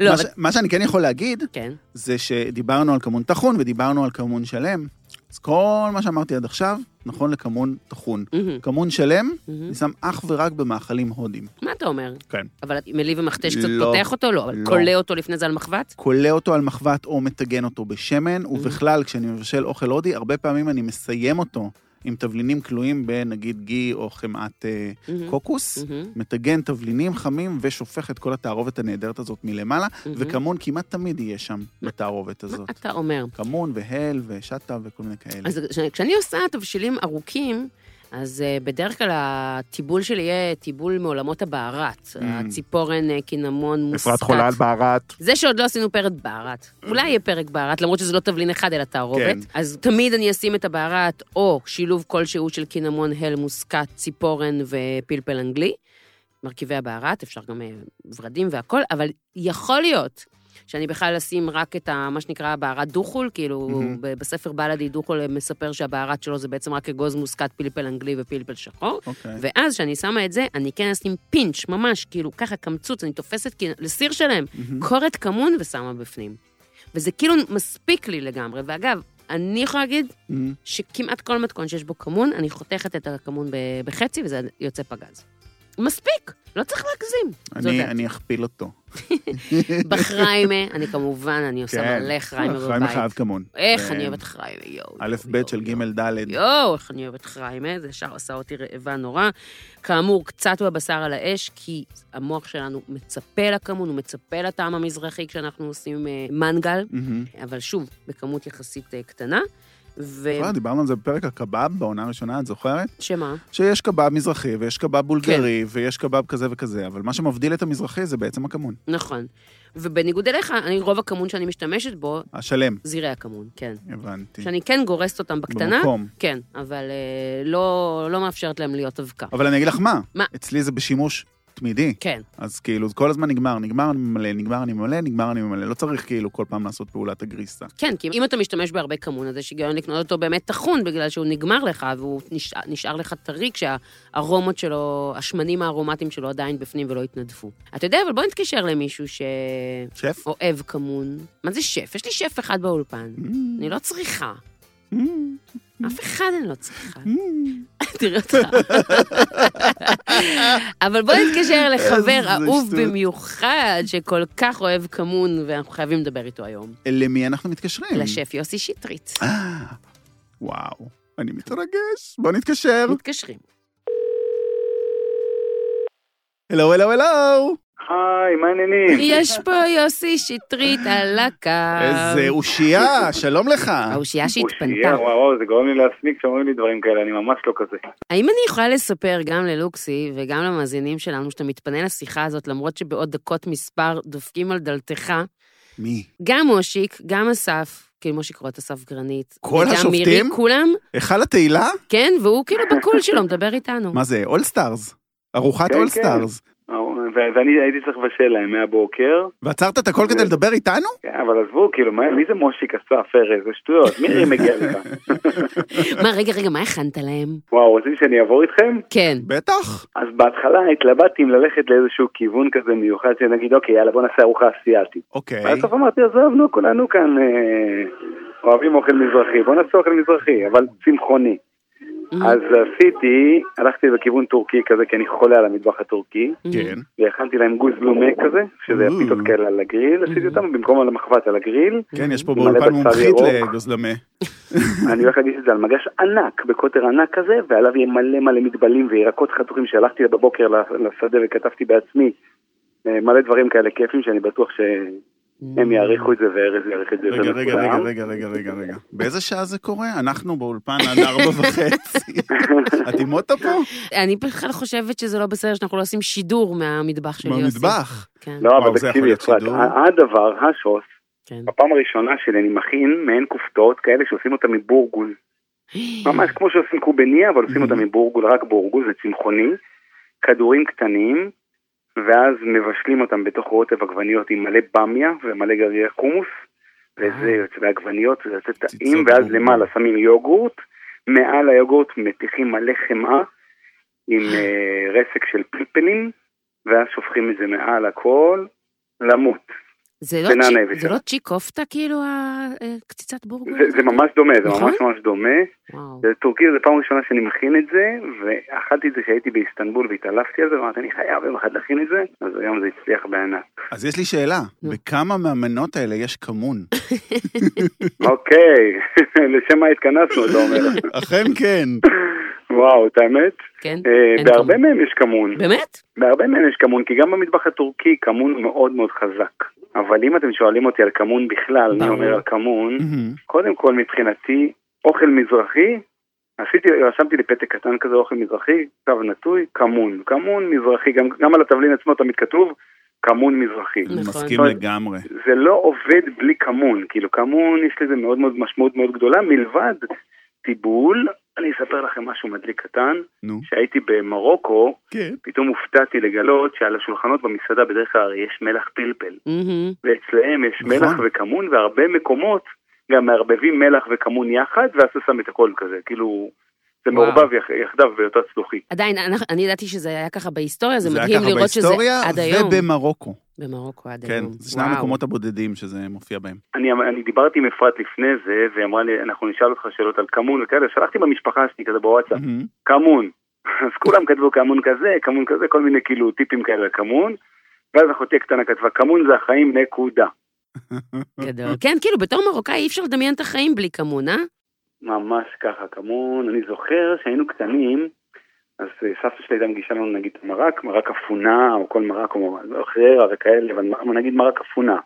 B: לא,
A: מה
B: אבל...
A: ש- מה שאני כן יכול להגיד,
B: כן.
A: זה שדיברנו על כמון טחון ודיברנו על כמון שלם. אז כל מה שאמרתי עד עכשיו, נכון לכמון טחון.
B: מהמם,
A: כמון שלם,
B: מהמם.
A: אני שם אך ורק במאכלים הודים.
B: מה אתה אומר?
A: כן.
B: אבל מלי ומכתש קצת
A: לא,
B: פותח אותו? לא, אבל
A: לא.
B: קולע אותו לפני זה על מחבת?
A: כולא אותו על מחבת או מטגן אותו
B: Mm-hmm.
A: בשמן, ובכלל, כשאני מבשל אוכל הודי, הרבה פעמים אני מסיים אותו עם תבלינים כלואים בנגיד גי או חמאת אה,
B: מהמם,
A: קוקוס.
B: מהמם.
A: מטגן תבלינים חמים ושופך את כל התערובת הנהדרת הזאת מלמעלה, וכמון כמעט תמיד יהיה שם בתערובת
B: מה
A: הזאת.
B: אתה אומר?
A: כמון והל ושטה וכל מיני כאלה.
B: אז כש- כשאני עושה תבשילים ארוכים, אז אה, בדרך כלל הטיבול שלי יהיה טיבול מעולמות הבערת. הציפורן, אה, קינמון, מוסקת.
A: בערת.
B: זה שעוד לא עשינו פרק בערת. אולי יהיה פרק בערת, למרות שזה לא תבלין אחד, אלא תערובת.
A: כן.
B: אז תמיד אני אשים את הבערת, או שילוב כלשהו של קינמון, הל, מוסקת, ציפורן ופלפל אנגלי. מרכיבי הבערת, אפשר גם אה, ורדים והכול, אבל יכול להיות שאני בכלל אשים רק את ה, מה שנקרא הבערת דו-חול, כאילו
A: מהמם.
B: ב- בספר בלאדי דו-חול מספר שהבערת שלו זה בעצם רק אגוז מוסקת, פלפל אנגלי ופלפל שחור.
A: אוקיי.
B: ואז כשאני שמה את זה, אני כן אשים פינץ', ממש, כאילו ככה קמצוץ, אני תופסת כי- לסיר שלהם,
A: מהמם.
B: קורת כמון ושמה בפנים. וזה כאילו מספיק לי לגמרי. ואגב, אני יכולה להגיד
A: מהמם.
B: שכמעט כל מתכון שיש בו כמון, אני חותכת את הכמון ב- בחצי וזה יוצא פגז. מספיק, לא צריך להגזים. זאת
A: אני-
B: דעתי.
A: אני אכפיל אותו.
B: בחריימה, אני כמובן, אני עושה
A: כן.
B: מלא חריימה
A: חיים
B: בבית.
A: חייב כמון.
B: איך
A: כן.
B: אני אוהבת חריימה, יואו.
A: א'
B: יואו,
A: ב'
B: יואו,
A: של
B: יואו.
A: ג' ד'.
B: יואו, איך אני אוהבת חריימה, זה ישר עשה אותי רעבה נורא. כאמור, קצת בבשר על האש, כי המוח שלנו מצפה לכמון, הוא מצפה לטעם המזרחי כשאנחנו עושים אה, מנגל,
A: מהמם.
B: אבל שוב, בכמות יחסית אה, קטנה. ו...
A: כבר דיברנו על זה בפרק הקבב בעונה הראשונה, את זוכרת?
B: שמה?
A: שיש קבב מזרחי ויש קבב
B: כן.
A: בולגרי ויש קבב כזה וכזה, אבל מה שמבדיל את המזרחי זה בעצם הכמון,
B: נכון. ובניגוד אליך, אני, רוב הכמון שאני משתמשת בו,
A: השלם,
B: זירי הכמון, כן.
A: הבנתי.
B: שאני כן גורסת אותם בקטנה,
A: במקום.
B: כן, אבל אה, לא, לא מאפשרת להם להיות אבקה.
A: אבל אני אגיד לך מה,
B: מה?
A: אצלי זה בשימוש תמידי.
B: כן,
A: אז כאילו, זה כל הזמן נגמר, נגמר אני ממלא, נגמר אני ממלא, נגמר אני ממלא. לא צריך כאילו כל פעם לעשות פעולת הגריסה.
B: כן, כי אם אתה משתמש בהרבה כמון, אז יש היגיון לקנות אותו באמת טחון, בגלל שהוא נגמר לך, והוא נשאר, נשאר לך טרי כשהארומות שלו, השמנים הארומטיים שלו עדיין בפנים ולא התנדפו. אתה יודע, אבל בוא נתקשר למישהו שאוהב
A: שף?
B: כמון. מה זה שף? יש לי שף אחד באולפן. אני לא צריכה.
A: Mm-hmm.
B: אף אחד אני לא צריכה. תראה אותך. אבל בוא נתקשר לחבר
A: איזה
B: אהוב
A: שטות.
B: במיוחד, שכל כך אוהב כמון, ואנחנו חייבים לדבר איתו היום.
A: למי אנחנו מתקשרים?
B: לשף יוסי
A: אה?
B: שטרית.
A: וואו, אני מתרגש. בוא נתקשר.
B: מתקשרים.
A: הלו, הלו, הלו.
E: היי, מה העניינים?
B: יש פה יוסי שטרית על הקו.
A: איזה אושייה, שלום לך.
C: האושייה שהתפנתה.
E: אושייה, וואו, וואו, זה גורם לי להסמיק כשאומרים לי דברים כאלה, אני ממש לא כזה.
B: האם אני יכולה לספר גם ללוקסי וגם למאזינים שלנו שאתה מתפנה לשיחה הזאת, למרות שבעוד דקות מספר דופקים על דלתך,
A: מי?
B: גם מושיק, גם אסף, כאילו מושיק רוט, אסף גרנית.
A: כל
B: וגם
A: השופטים?
B: מירי, כולם,
A: היכל התהילה?
B: כן, והוא כאילו בקול שלו מדבר איתנו.
A: מה זה, אולסטארס? ארוחת
E: כן,
A: אולסטארס.
E: ו- ואני הייתי צריך לבשל להם מהבוקר,
A: ועצרת את הכל כדי לדבר איתנו?
E: כן, אבל עזבו, כאילו, מה- מי זה מושיק אסף ארז? זה שטויות, מירי מגיע לך.
B: מה, רגע, רגע, מה הכנת להם?
E: וואו, רוצים שאני אעבור איתכם?
B: כן.
A: בטח.
E: אז בהתחלה התלבטתי אם ללכת לאיזשהו כיוון כזה מיוחד, שנגיד, אוקיי, יאללה, בוא נעשה ארוחה אסיאתית.
A: אוקיי.
E: בסוף אמרתי, עזוב, נו, כולנו כאן אה, אוהבים אוכל מזרחי, בוא נעשה אוכל מזרחי, אבל צמחוני.
B: Mm.
E: אז עשיתי, הלכתי בכיוון טורקי כזה, כי אני חולה על המטבח הטורקי,
B: Mm-hmm.
A: כן.
E: והכנתי להם גוז לומה כזה, שזה
A: אה.
E: הפיתות כאלה על
A: Mm-hmm.
E: הגריל, עשיתי אותם במקום על המחבת על הגריל,
A: כן, יש פה
E: מלא
A: באולפן
E: בצל
A: מומחית
E: ירוק.
A: לגוזלמה. Mm-hmm.
E: אני הולך להגיש את זה על מגש ענק, בקוטר ענק כזה, ועליו יהיה מלא מלא מטבלים וירקות חתוכים שהלכתי בבוקר לשדה וכתבתי בעצמי. אה, מלא דברים כאלה כיפים שאני בטוח שהם
B: Mm-hmm.
E: יעריכו את זה וארז יעריך את זה.
A: Mm-hmm. רגע,
E: יותר
A: רגע,
E: מכולם.
A: רגע, רגע, רגע, רגע, רגע. באיזה שעה זה קורה? אנחנו באולפן עד ארבע וחצי. את עם מוטה פה?
B: אני בכלל חושבת שזה לא בסדר שאנחנו לא עושים שידור מהמטבח של יוסי.
A: במטבח.
B: כן.
E: לא,
A: וואו,
E: אבל
A: זה יכול
E: תקשיבי,
A: להיות
E: אפרת,
A: שידור.
E: ה- הדבר, השוס,
B: כן.
E: בפעם הראשונה שלי אני מכין מעין כופתאות כאלה שעושים אותם מבורגול. ממש כמו שעושים קובניה, אבל עושים אותה מבורגול, רק בורגול, זה צמחוני, כדורים קטנים, ואז מבשלים אותם בתוך רוטב עגבניות עם מלא במיה ומלא גרעי חומוס, וזה יוצא בעגבניות, זה יוצא טעים,
A: ציצות
E: ואז
A: בורגול.
E: למעלה שמים יוגורט, מעל היוגורט מתיכים מלא חמאה עם אה, רסק של פלפלים, ואז שופכים את זה מעל הכל, למות.
B: זה לא
E: בננה
B: צ'י-
E: יבשה.
B: זה לא צ'י קופטה, כאילו, ה- אה, קציצת בורגול?
E: זה, זה ממש דומה, זה
B: נכון?
E: ממש ממש דומה.
B: וואו.
E: זה טורקי זה פעם ראשונה שאני מכין את זה, ואכלתי את זה כשהייתי באיסטנבול והתעלפתי על זה, ואמרתי, אני חייב יום אחד להכין את זה, אז היום זה הצליח בענק.
A: אז יש לי שאלה,
B: נו.
A: בכמה מהמנות האלה יש כמון?
E: אוקיי, לשם מה התכנסנו, אתה אומר.
A: אכן כן.
E: וואו, את האמת?
B: כן?
E: אה,
B: אין
E: בהרבה
B: כמון.
E: מהם יש כמון.
B: באמת?
E: בהרבה מהם יש כמון, כי גם במטבח הטורקי כמון הוא מאוד מאוד חזק. אבל אם אתם שואלים אותי על כמון בכלל, אני
B: ברור. Mm-hmm.
E: אומר על כמון,
B: נכון.
A: מהמם.
E: קודם כל מבחינתי, אוכל מזרחי, עשיתי, רשמתי לי פתק קטן כזה, אוכל מזרחי, קו נטוי, כמון. כמון מזרחי, גם, גם על התבלין עצמו תמיד כתוב, כמון מזרחי.
A: אני
B: נכון.
A: מסכים
E: אבל-
A: לגמרי.
E: זה לא עובד בלי כמון, כאילו כמון יש לזה מאוד מאוד משמעות מאוד גדולה, מלבד טיבול. אני אספר לכם משהו מדליק קטן,
A: נו.
E: שהייתי במרוקו,
A: כן.
E: פתאום הופתעתי לגלות שעל השולחנות במסעדה בדרך כלל הרי יש מלח פלפל.
B: מהמם.
E: ואצלהם יש
A: נכון.
E: מלח וכמון, והרבה מקומות גם מערבבים מלח וכמון יחד, ואז אתה שם את הכל כזה, כאילו, זה
B: וואו.
E: מעורבב יח- יחדיו באותה צלוחית.
B: עדיין, אנחנו- אני ידעתי שזה היה ככה בהיסטוריה, אה, זה
A: זה היה
B: מדהים
A: ככה
B: לראות שזה
A: בהיסטוריה
B: עד היום.
A: ובמרוקו.
B: במרוקו עד
A: כן,
B: היום.
A: זה שני המקומות הבודדים שזה מופיע בהם.
E: אני, אני דיברתי עם אפרת לפני זה, והיא אמרה לי, אנחנו נשאל אותך שאלות על כמון וכאלה, שלחתי במשפחה שלי כזה
B: כן.
E: בוואטסאפ,
A: מהמם.
E: כמון. אז כולם כתבו כמון כזה, כמון כזה, כל מיני כאילו טיפים כאלה על כמון, ואז אחותי הקטנה כתבה, כמון זה החיים, נקודה.
B: גדול. כן, כאילו, בתור מרוקאי אי אפשר לדמיין את החיים בלי כמון, אה?
E: ממש ככה, כמון. אני זוכר שהיינו קטנים, אז אה, סבתא שלי הייתה מגישה לנו נגיד את המרק, מרק אפונה, או כל מרק, או מרק, לא חררה וכאלה, אבל מ- נגיד מרק אפונה.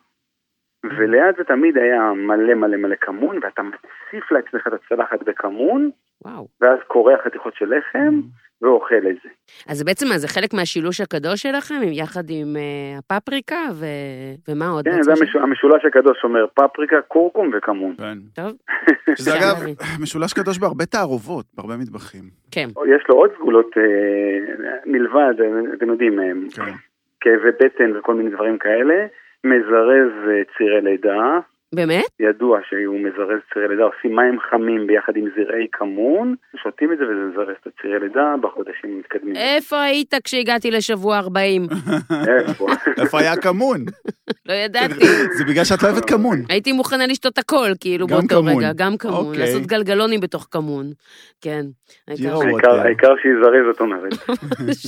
E: וליד זה תמיד היה מלא מלא מלא כמון, ואתה מציף לעצמך את הצלחת בכמון,
B: וואו.
E: ואז קורע חתיכות של לחם, ואוכל את זה.
B: אז זה בעצם, מה, זה חלק מהשילוש הקדוש שלכם, עם- יחד עם אה, הפפריקה, ו- ומה עוד?
E: כן,
B: בעצם
E: זה
B: ש-
E: המשו- המשולש הקדוש אומר פפריקה, כורכום וכמון.
A: כן.
B: טוב.
A: שזה אגב,
B: להבין.
A: משולש קדוש בהרבה תערובות, בהרבה מטבחים.
B: כן.
E: יש לו עוד סגולות אה, מלבד, אה, אתם יודעים, אה,
A: כן.
E: כאבי בטן וכל מיני דברים כאלה, מזרז אה, צירי לידה,
B: באמת?
E: ידוע שהוא מזרז צירי לידה, עושים מים חמים ביחד עם זרעי כמון, שותים את זה וזה מזרז את הצירי לידה בחודשים
B: אה.
E: המתקדמים.
B: איפה היית כשהגעתי לשבוע 40?
E: איפה?
A: איפה היה כמון?
B: לא ידעתי.
A: זה בגלל שאת לא אוהבת כמון.
B: הייתי מוכנה לשתות הכל, כאילו,
A: גם
B: באותו
A: כמון.
B: רגע, גם כמון.
A: אוקיי.
B: לעשות גלגלונים בתוך כמון. כן.
A: ג'ירו.
B: העיקר-
E: העיקר- העיקר שיזרז, את אומרת.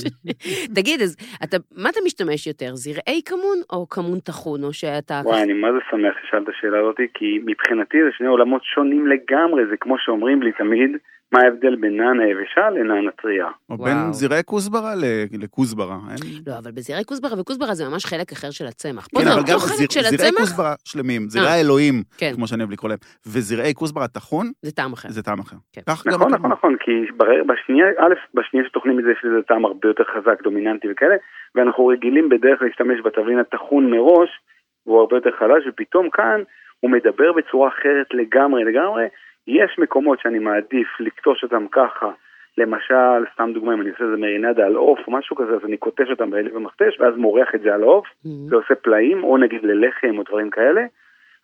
B: תגיד, אז אתה, מה אתה משתמש יותר, זרעי כמון או כמון טחון, או שאתה...
E: וואי, אני מה זה שמח ששאלת את השאלה הזאת, כי מבחינתי זה שני עולמות שונים לגמרי, זה כמו שאומרים לי תמיד, מה ההבדל בין נענה יבשה לנענה טריה.
A: או בין
B: וואו.
A: זרעי כוסברה ל- לכוסברה. אין-
B: לא, אבל בזרעי כוסברה וכוסברה זה ממש חלק אחר של הצמח. פה
A: כן,
B: זה
A: אבל גם
B: אותו חלק של
A: זר- זרעי
B: הצמח, אה.
A: כוסברה שלמים, זרעי האלוהים,
B: כן.
A: כמו שאני אוהב לקרוא להם, וזרעי כוסברה טחון,
B: זה טעם אחר.
A: זה טעם אחר.
B: כן.
A: כך גם
E: נכון,
A: הכמון.
E: נכון, נכון, כי בר- בשנייה, א', בשנייה שטוחנים את זה יש לזה טעם הרבה יותר חזק, דומיננטי וכאלה, ואנחנו רגילים בדרך כלל להשתמש בתבלין הטחון מראש, והוא הרבה יותר חלש, ופתאום כאן הוא מדבר בצורה אחרת לגמרי לגמרי. יש מקומות שאני מעדיף לקטוש אותם ככה, למשל, סתם דוגמא, אם אני עושה איזה מרינדה על עוף או משהו כזה, אז אני קוטש אותם בעלי במכתש, ואז מורח את זה על העוף,
B: Mm-hmm.
A: לא.
E: זה עושה פלאים, או נגיד ללחם או דברים כאלה.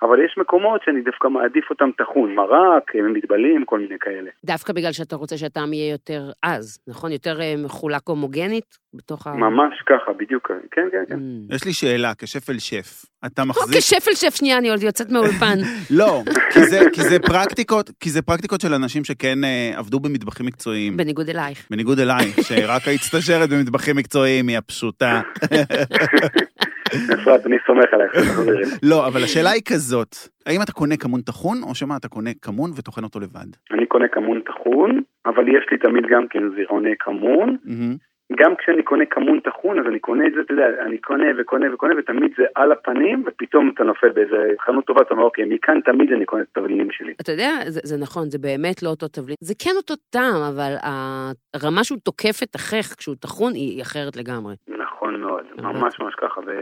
E: אבל יש מקומות שאני דווקא מעדיף אותם טחון, מרק, מתבלים, כל מיני כאלה.
B: דווקא בגלל שאתה רוצה שהטעם יהיה יותר עז, נכון? יותר אה, מחולק הומוגנית בתוך ה...
E: ממש ככה, בדיוק. כן, כן, כן.
B: Mm.
A: יש לי שאלה, כשפל שף, אתה
B: פה
A: מחזיק...
B: לא כשפל שף, שנייה, אני עוד יוצאת מהאולפן.
A: לא, כי זה- כי זה פרקטיקות, כי זה פרקטיקות של אנשים שכן אה, עבדו במטבחים מקצועיים.
B: בניגוד אלייך.
A: בניגוד אלייך, שרק היית סטאז'רת במטבחים מקצועיים, היא הפשוטה.
E: אפרת, אני סומך עלייך. חברים.
A: לא, אבל השאלה היא כזאת, האם אתה קונה כמון טחון, או שמא אתה קונה כמון וטוחן אותו לבד?
E: אני קונה כמון טחון, אבל יש לי תמיד גם כן זירעוני כמון.
A: מהמם.
E: גם כשאני קונה כמון טחון, אז אני קונה את זה, אתה יודע, אני קונה וקונה וקונה, ותמיד זה על הפנים, ופתאום אתה נופל באיזה חנות טובה, אתה אומר, אוקיי, מכאן תמיד אני קונה את התבלינים שלי.
B: אתה יודע, זה, זה נכון, זה באמת לא אותו תבלין. זה כן אותו טעם, אבל הרמה שהוא תוקף את החך כשהוא טחון היא אחרת לגמרי.
E: נכון מאוד,
B: אהבתי.
E: ממש ממש ככה. ו-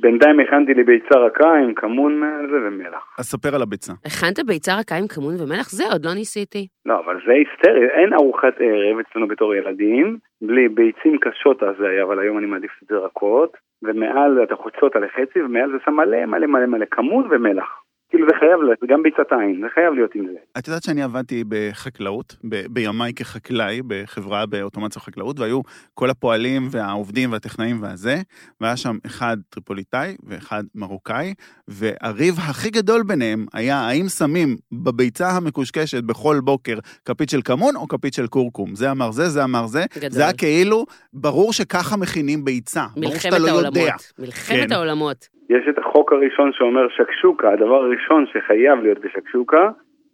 E: בינתיים הכנתי לי ביצה רכה עם כמון אה, זה ומלח.
A: אז ספר על הביצה.
B: הכנת ביצה רכה עם כמון ומלח? זה עוד לא ניסיתי.
E: לא, אבל זה היסטרי, אין ארוחת ערב אצלנו בתור ילדים, בלי ביצים קשות אז זה היה, אבל היום אני מעדיף את זה רכות, ומעל אתה חוצה אותה לחצי, ומעל זה שם מלא מלא מלא מלא כמון ומלח. כאילו זה חייב, להיות, זה גם ביצת עין, זה חייב להיות עם זה.
A: את יודעת שאני עבדתי בחקלאות, ב- בימיי כחקלאי, בחברה באוטומציה חקלאות, והיו כל הפועלים והעובדים והטכנאים והזה, והיה שם אחד טריפוליטאי ואחד מרוקאי, והריב הכי גדול ביניהם היה האם שמים בביצה המקושקשת בכל בוקר כפית של כמון או כפית של כורכום. זה אמר זה, זה אמר זה.
B: גדול.
A: זה היה כאילו, ברור שככה מכינים ביצה. ברור
B: מלחמת
A: שאתה לא
B: העולמות.
A: יודע.
B: מלחמת
A: כן.
B: העולמות.
E: יש את החוק הראשון שאומר שקשוקה, הדבר הראשון שחייב להיות בשקשוקה,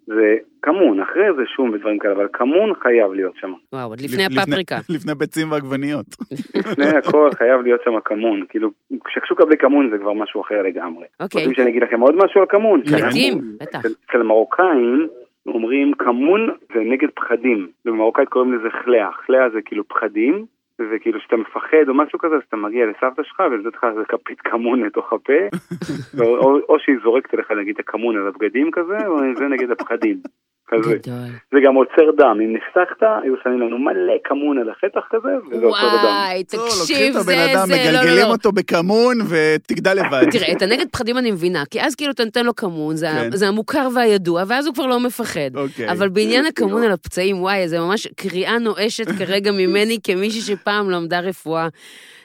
E: זה כמון, אחרי זה שום ודברים כאלה, אבל כמון חייב להיות שם.
B: וואו, עוד לפני
A: לפני-
B: הפפריקה.
A: לפני ביצים ועגבניות.
E: לפני הכל חייב להיות שם כמון, כאילו, שקשוקה בלי כמון זה כבר משהו אחר לגמרי.
B: אוקיי.
E: רוצים שאני אגיד לכם עוד משהו על כמון?
B: מתאים, בטח.
E: אצל- אצל מרוקאים אומרים כמון זה נגד פחדים, במרוקאית קוראים לזה חלאה, חלאה זה כאילו פחדים, זה כאילו שאתה מפחד או משהו כזה, אז אתה מגיע לסבתא שלך ונותנת לך איזה כפית כמון לתוך הפה, או, או, או שהיא זורקת לך נגיד את הכמון על הבגדים כזה, או זה נגד הפחדים. כזה.
B: גדול.
E: זה גם עוצר דם, אם נחסכת, היו שמים לנו מלא כמון על החטח כזה,
B: לא,
E: וזה עוצר את הדם.
B: וואי,
A: לא,
B: תקשיב, זה,
A: לוקחים את
B: זה,
A: הבן אדם,
B: לא, לא,
A: מגלגלים
B: לא.
A: אותו בכמון ותגדל לבד.
B: תראה, את הנגד פחדים אני מבינה, כי אז כאילו אתה נותן לו כמון, זה,
A: כן.
B: זה המוכר והידוע, ואז הוא כבר לא מפחד.
A: אוקיי.
B: אבל בעניין הכמון על הפצעים, וואי, זה ממש קריאה נואשת כרגע ממני כמישהי שפעם למדה רפואה.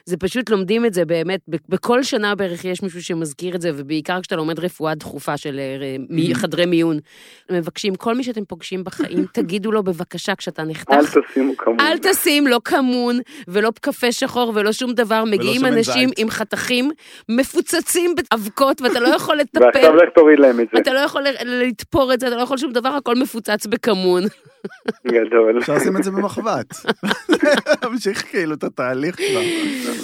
B: זה פשוט לומדים את זה באמת, ב- בכל שנה בערך יש מישהו שמזכיר את זה, ובעיקר כשאתה לומד רפואה דחופה של אה, ר- מי- חדרי מיון. מבקשים, כל מי שאתם פוגשים בחיים, תגידו לו בבקשה כשאתה
E: אל
B: נחתך.
E: תשימו כמון.
B: אל תשים לא כמון ולא קפה שחור ולא שום דבר, מגיעים
A: שמן
B: אנשים
A: זית.
B: עם חתכים מפוצצים באבקות ואתה לא יכול לטפל,
E: ועכשיו לך תוריד להם את זה.
B: אתה לא יכול ל- לתפור את זה, אתה לא יכול שום דבר, הכל מפוצץ בכמון.
E: גדול.
A: אפשר לשים את זה במחבת. להמשיך כאילו את התהליך כבר.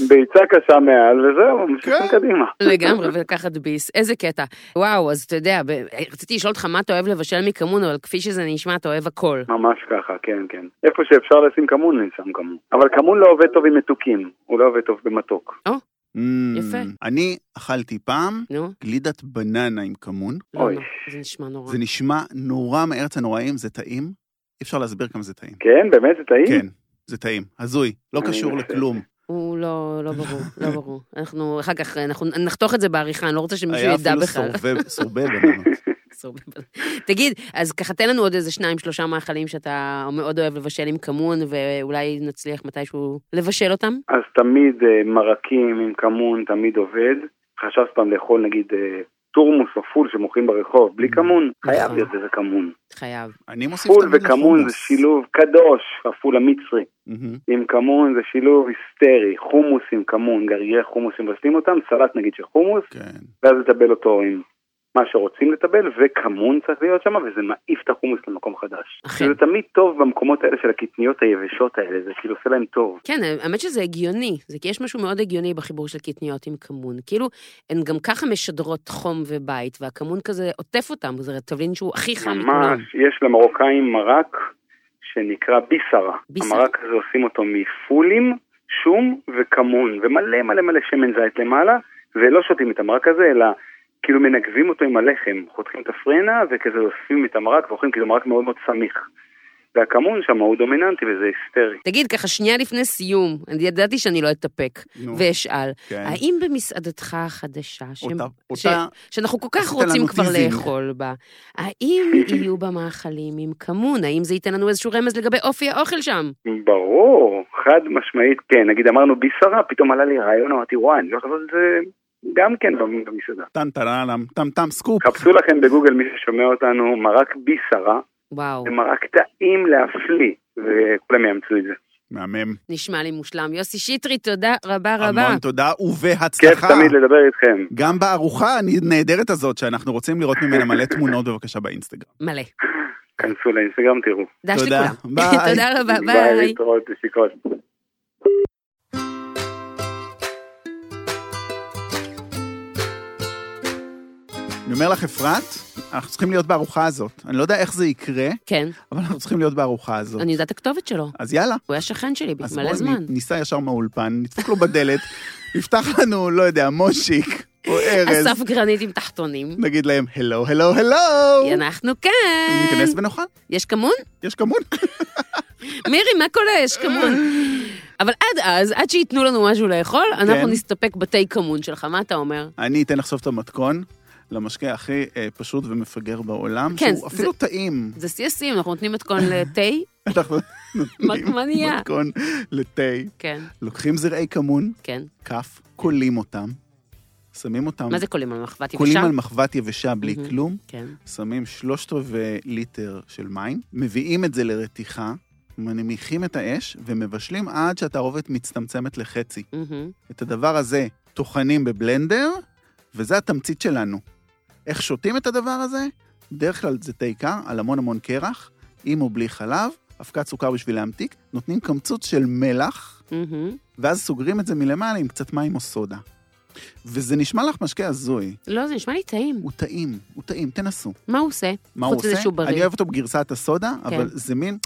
E: ביצה קשה מעל, וזהו, ממשיכים
A: כן.
E: קדימה.
B: לגמרי, ולקחת ביס. איזה קטע. וואו, אז אתה יודע, ב- רציתי לשאול אותך מה אתה אוהב לבשל מכמון, אבל כפי שזה נשמע, אתה אוהב הכל.
E: ממש ככה, כן, כן. איפה שאפשר לשים כמון, אני שם כמון. אבל כמון לא עובד טוב עם מתוקים, הוא לא עובד טוב במתוק.
A: Mm,
B: יפה.
A: אני אכלתי פעם
B: נו,
A: גלידת בננה עם כמון.
B: לא,
E: אוי.
B: לא, זה נשמע נורא.
A: זה נשמע נורא מארץ הנוראים, זה טעים. אי אפשר להסביר כמה זה טעים.
E: כן, באמת זה טעים?
A: כן, זה טעים. הזוי, לא
E: אני
A: קשור
E: מצטער.
A: לכלום.
B: הוא לא, לא ברור, לא ברור. אנחנו, אחר כך, אנחנו נחתוך את זה בעריכה, אני לא רוצה שמישהו
A: היה
B: ידע
A: אפילו
B: בכלל.
A: סורבה- סורבה בננות.
B: אסור בבלבל. תגיד, אז ככה תן לנו עוד איזה שניים, שלושה מאכלים שאתה מאוד אוהב לבשל עם כמון, ואולי נצליח מתישהו לבשל אותם.
E: אז תמיד אה, מרקים עם כמון, תמיד עובד. חשבת פעם לאכול נגיד אה, תורמוס או פול שמוכרים ברחוב,
A: Mm.
E: בלי כמון, חייב
B: נכון.
E: להיות איזה כמון.
B: חייב.
A: אני מוסיף
E: פול
A: תמיד
E: וכמון
A: לחומוס.
E: זה שילוב קדוש, הפול המצרי.
A: מהמם.
E: עם כמון זה שילוב היסטרי, חומוס עם כמון, גרגירי חומוס שמבשלים אותם, סלט נגיד של חומוס,
A: כן.
E: ואז לטבל אותו עם מה שרוצים לטבל, וכמון צריך להיות שם, וזה מעיף את החומוס למקום חדש.
B: אכן.
E: זה תמיד טוב במקומות האלה של הקטניות היבשות האלה, זה כאילו עושה להם טוב.
B: כן, האמת שזה הגיוני, זה כי יש משהו מאוד הגיוני בחיבור של קטניות עם כמון. כאילו, הן גם ככה משדרות חום ובית, והכמון כזה עוטף אותם, זה תבלין שהוא הכי חם מכולם.
E: ממש, יש למרוקאים מרק שנקרא ביסרה.
B: ביסרה.
E: המרק הזה עושים אותו מפולים, שום וכמון, ומלא מלא מלא שמן זית למעלה, ולא שותים את המרק הזה, אלא כאילו מנגבים אותו עם הלחם, חותכים את הפרנה וכזה אוספים את המרק ואוכלים כאילו מרק מאוד מאוד סמיך. והכמון שם הוא דומיננטי וזה היסטרי.
B: תגיד, ככה שנייה לפני סיום, אני ידעתי שאני לא אתאפק,
A: נו,
B: ואשאל,
A: כן.
B: האם במסעדתך החדשה, ש-
A: אותה-
B: ש-
A: אותה-
B: שאנחנו כל כך
A: עשית
B: רוצים
A: לנו
B: כבר
A: טיזינג.
B: לאכול בה, האם יהיו בה מאכלים עם כמון? האם זה ייתן לנו איזשהו רמז לגבי אופי האוכל שם?
E: ברור, חד משמעית כן. נגיד אמרנו ביסרה, פתאום עלה לי רעיון, אמרתי וואי, אני לא יכול לעשות את זה גם כן במסעדה.
A: טן טרלם, טם טם סקופ.
E: חפשו לכם בגוגל מי ששומע אותנו מרק ביסרה,
B: וואו,
E: זה מרק טעים להפליא, וכולם יאמצו את זה.
A: מהמם.
B: נשמע לי מושלם. יוסי שטרית, תודה רבה רבה.
A: המון תודה
E: כיף
A: ובהצלחה.
E: תמיד לדבר איתכם.
A: גם בארוחה הנהדרת הזאת שאנחנו רוצים לראות ממנה מלא תמונות בבקשה באינסטגרם.
B: מלא.
E: כנסו לאינסטגרם, תראו.
B: דש
A: תודה,
B: לכולם.
A: ביי.
B: תודה רבה, ביי.
E: להתראות, נשיקות.
A: אני אומר לך, אפרת, אנחנו צריכים להיות בארוחה הזאת. אני לא יודע איך זה יקרה,
B: כן,
A: אבל אנחנו צריכים להיות בארוחה הזאת.
B: אני יודעת את הכתובת שלו.
A: אז יאללה.
B: הוא היה שכן שלי
A: אז
B: מלא
A: בואי,
B: זמן.
A: נ- ניסע ישר מהאולפן, נדפוק לו בדלת, יפתח לנו, לא יודע, מושיק או ארז,
B: אסף גרנית עם תחתונים.
A: נגיד להם, הלו, הלו, הלו!
B: אנחנו כאן.
A: ניכנס ונאכל,
B: יש כמון?
A: יש כמון.
B: מירי, מה קורה? יש כמון. אבל עד אז, עד שייתנו לנו משהו לאכול, אנחנו
A: כן.
B: נסתפק בתי כמון שלך. מה אתה אומר?
A: אני אתן לך סוף את המתכון למשקה הכי אה, פשוט ומפגר בעולם,
B: כן,
A: שהוא
B: זה-
A: אפילו טעים.
B: זה שיא השיאים, אנחנו נותנים מתכון לתה?
A: אנחנו נותנים
B: מה נהיה?
A: מתכון לתה,
B: כן,
A: לוקחים זרעי כמון,
B: כן.
A: כף, קולים אותם, שמים אותם,
B: מה זה קולים על מחבת יבשה?
A: קולים על מחבת יבשה בלי
B: מהמם.
A: כלום,
B: כן.
A: שמים שלושת רבעי ליטר של מים, מביאים את זה לרתיחה, מנמיכים את האש ומבשלים עד שהתערובת מצטמצמת לחצי.
B: מהמם.
A: את הדבר הזה טוחנים בבלנדר, וזה התמצית שלנו. איך שותים את הדבר הזה? בדרך כלל זה תה קר, על המון המון קרח, עם או בלי חלב, אבקת סוכר בשביל להמתיק, נותנים קמצוץ של מלח,
B: מהמם.
A: ואז סוגרים את זה מלמעלה עם קצת מים או סודה. וזה נשמע לך משקה הזוי,
B: לא, זה נשמע לי טעים.
A: הוא טעים, הוא טעים, תנסו.
B: מה הוא עושה?
A: מה הוא
B: חוץ מזה
A: עושה?
B: שהוא בריא.
A: אני אוהב אותו בגרסת הסודה,
B: כן.
A: אבל זה מין...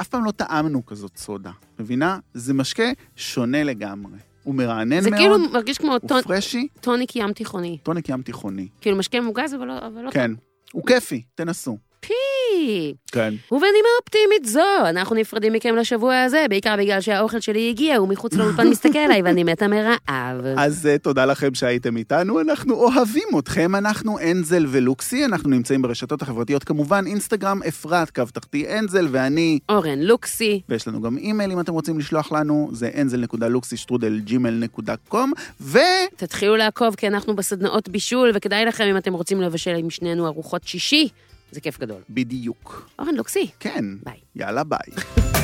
A: אף פעם לא טעמנו כזאת סודה, מבינה? זה משקה שונה לגמרי. הוא מרענן
B: זה
A: מאוד,
B: כאילו מרגיש כמו
A: הוא
B: טונ-
A: פרשי,
B: טוניק ים תיכוני.
A: טוניק ים תיכוני.
B: כאילו משקה מוגז, אבל לא... אבל לא
A: כן. הוא כיפי, תנסו.
B: טעי.
A: כן.
B: ובנימה אופטימית זו, אנחנו נפרדים מכם לשבוע הזה, בעיקר בגלל שהאוכל שלי הגיע, הוא מחוץ לאולפן מסתכל עליי ואני מתה מרעב.
A: אז אה, תודה לכם שהייתם איתנו, אנחנו אוהבים אתכם, אנחנו אנזל ולוקסי, אנחנו נמצאים ברשתות החברתיות כמובן, אינסטגרם, אפרת, קו תחתי אנזל, ואני
B: אורן לוקסי,
A: ויש לנו גם אימייל אם אתם רוצים לשלוח לנו, זה anzel.luxy.gmail.com, ו...
B: תתחילו לעקוב כי אנחנו בסדנאות בישול, וכדאי לכם אם אתם רוצים לבשל עם שנינו ארוחות שישי, זה כיף גדול.
A: בדיוק.
B: אורן לוקסי.
A: כן.
B: ביי.
A: יאללה ביי.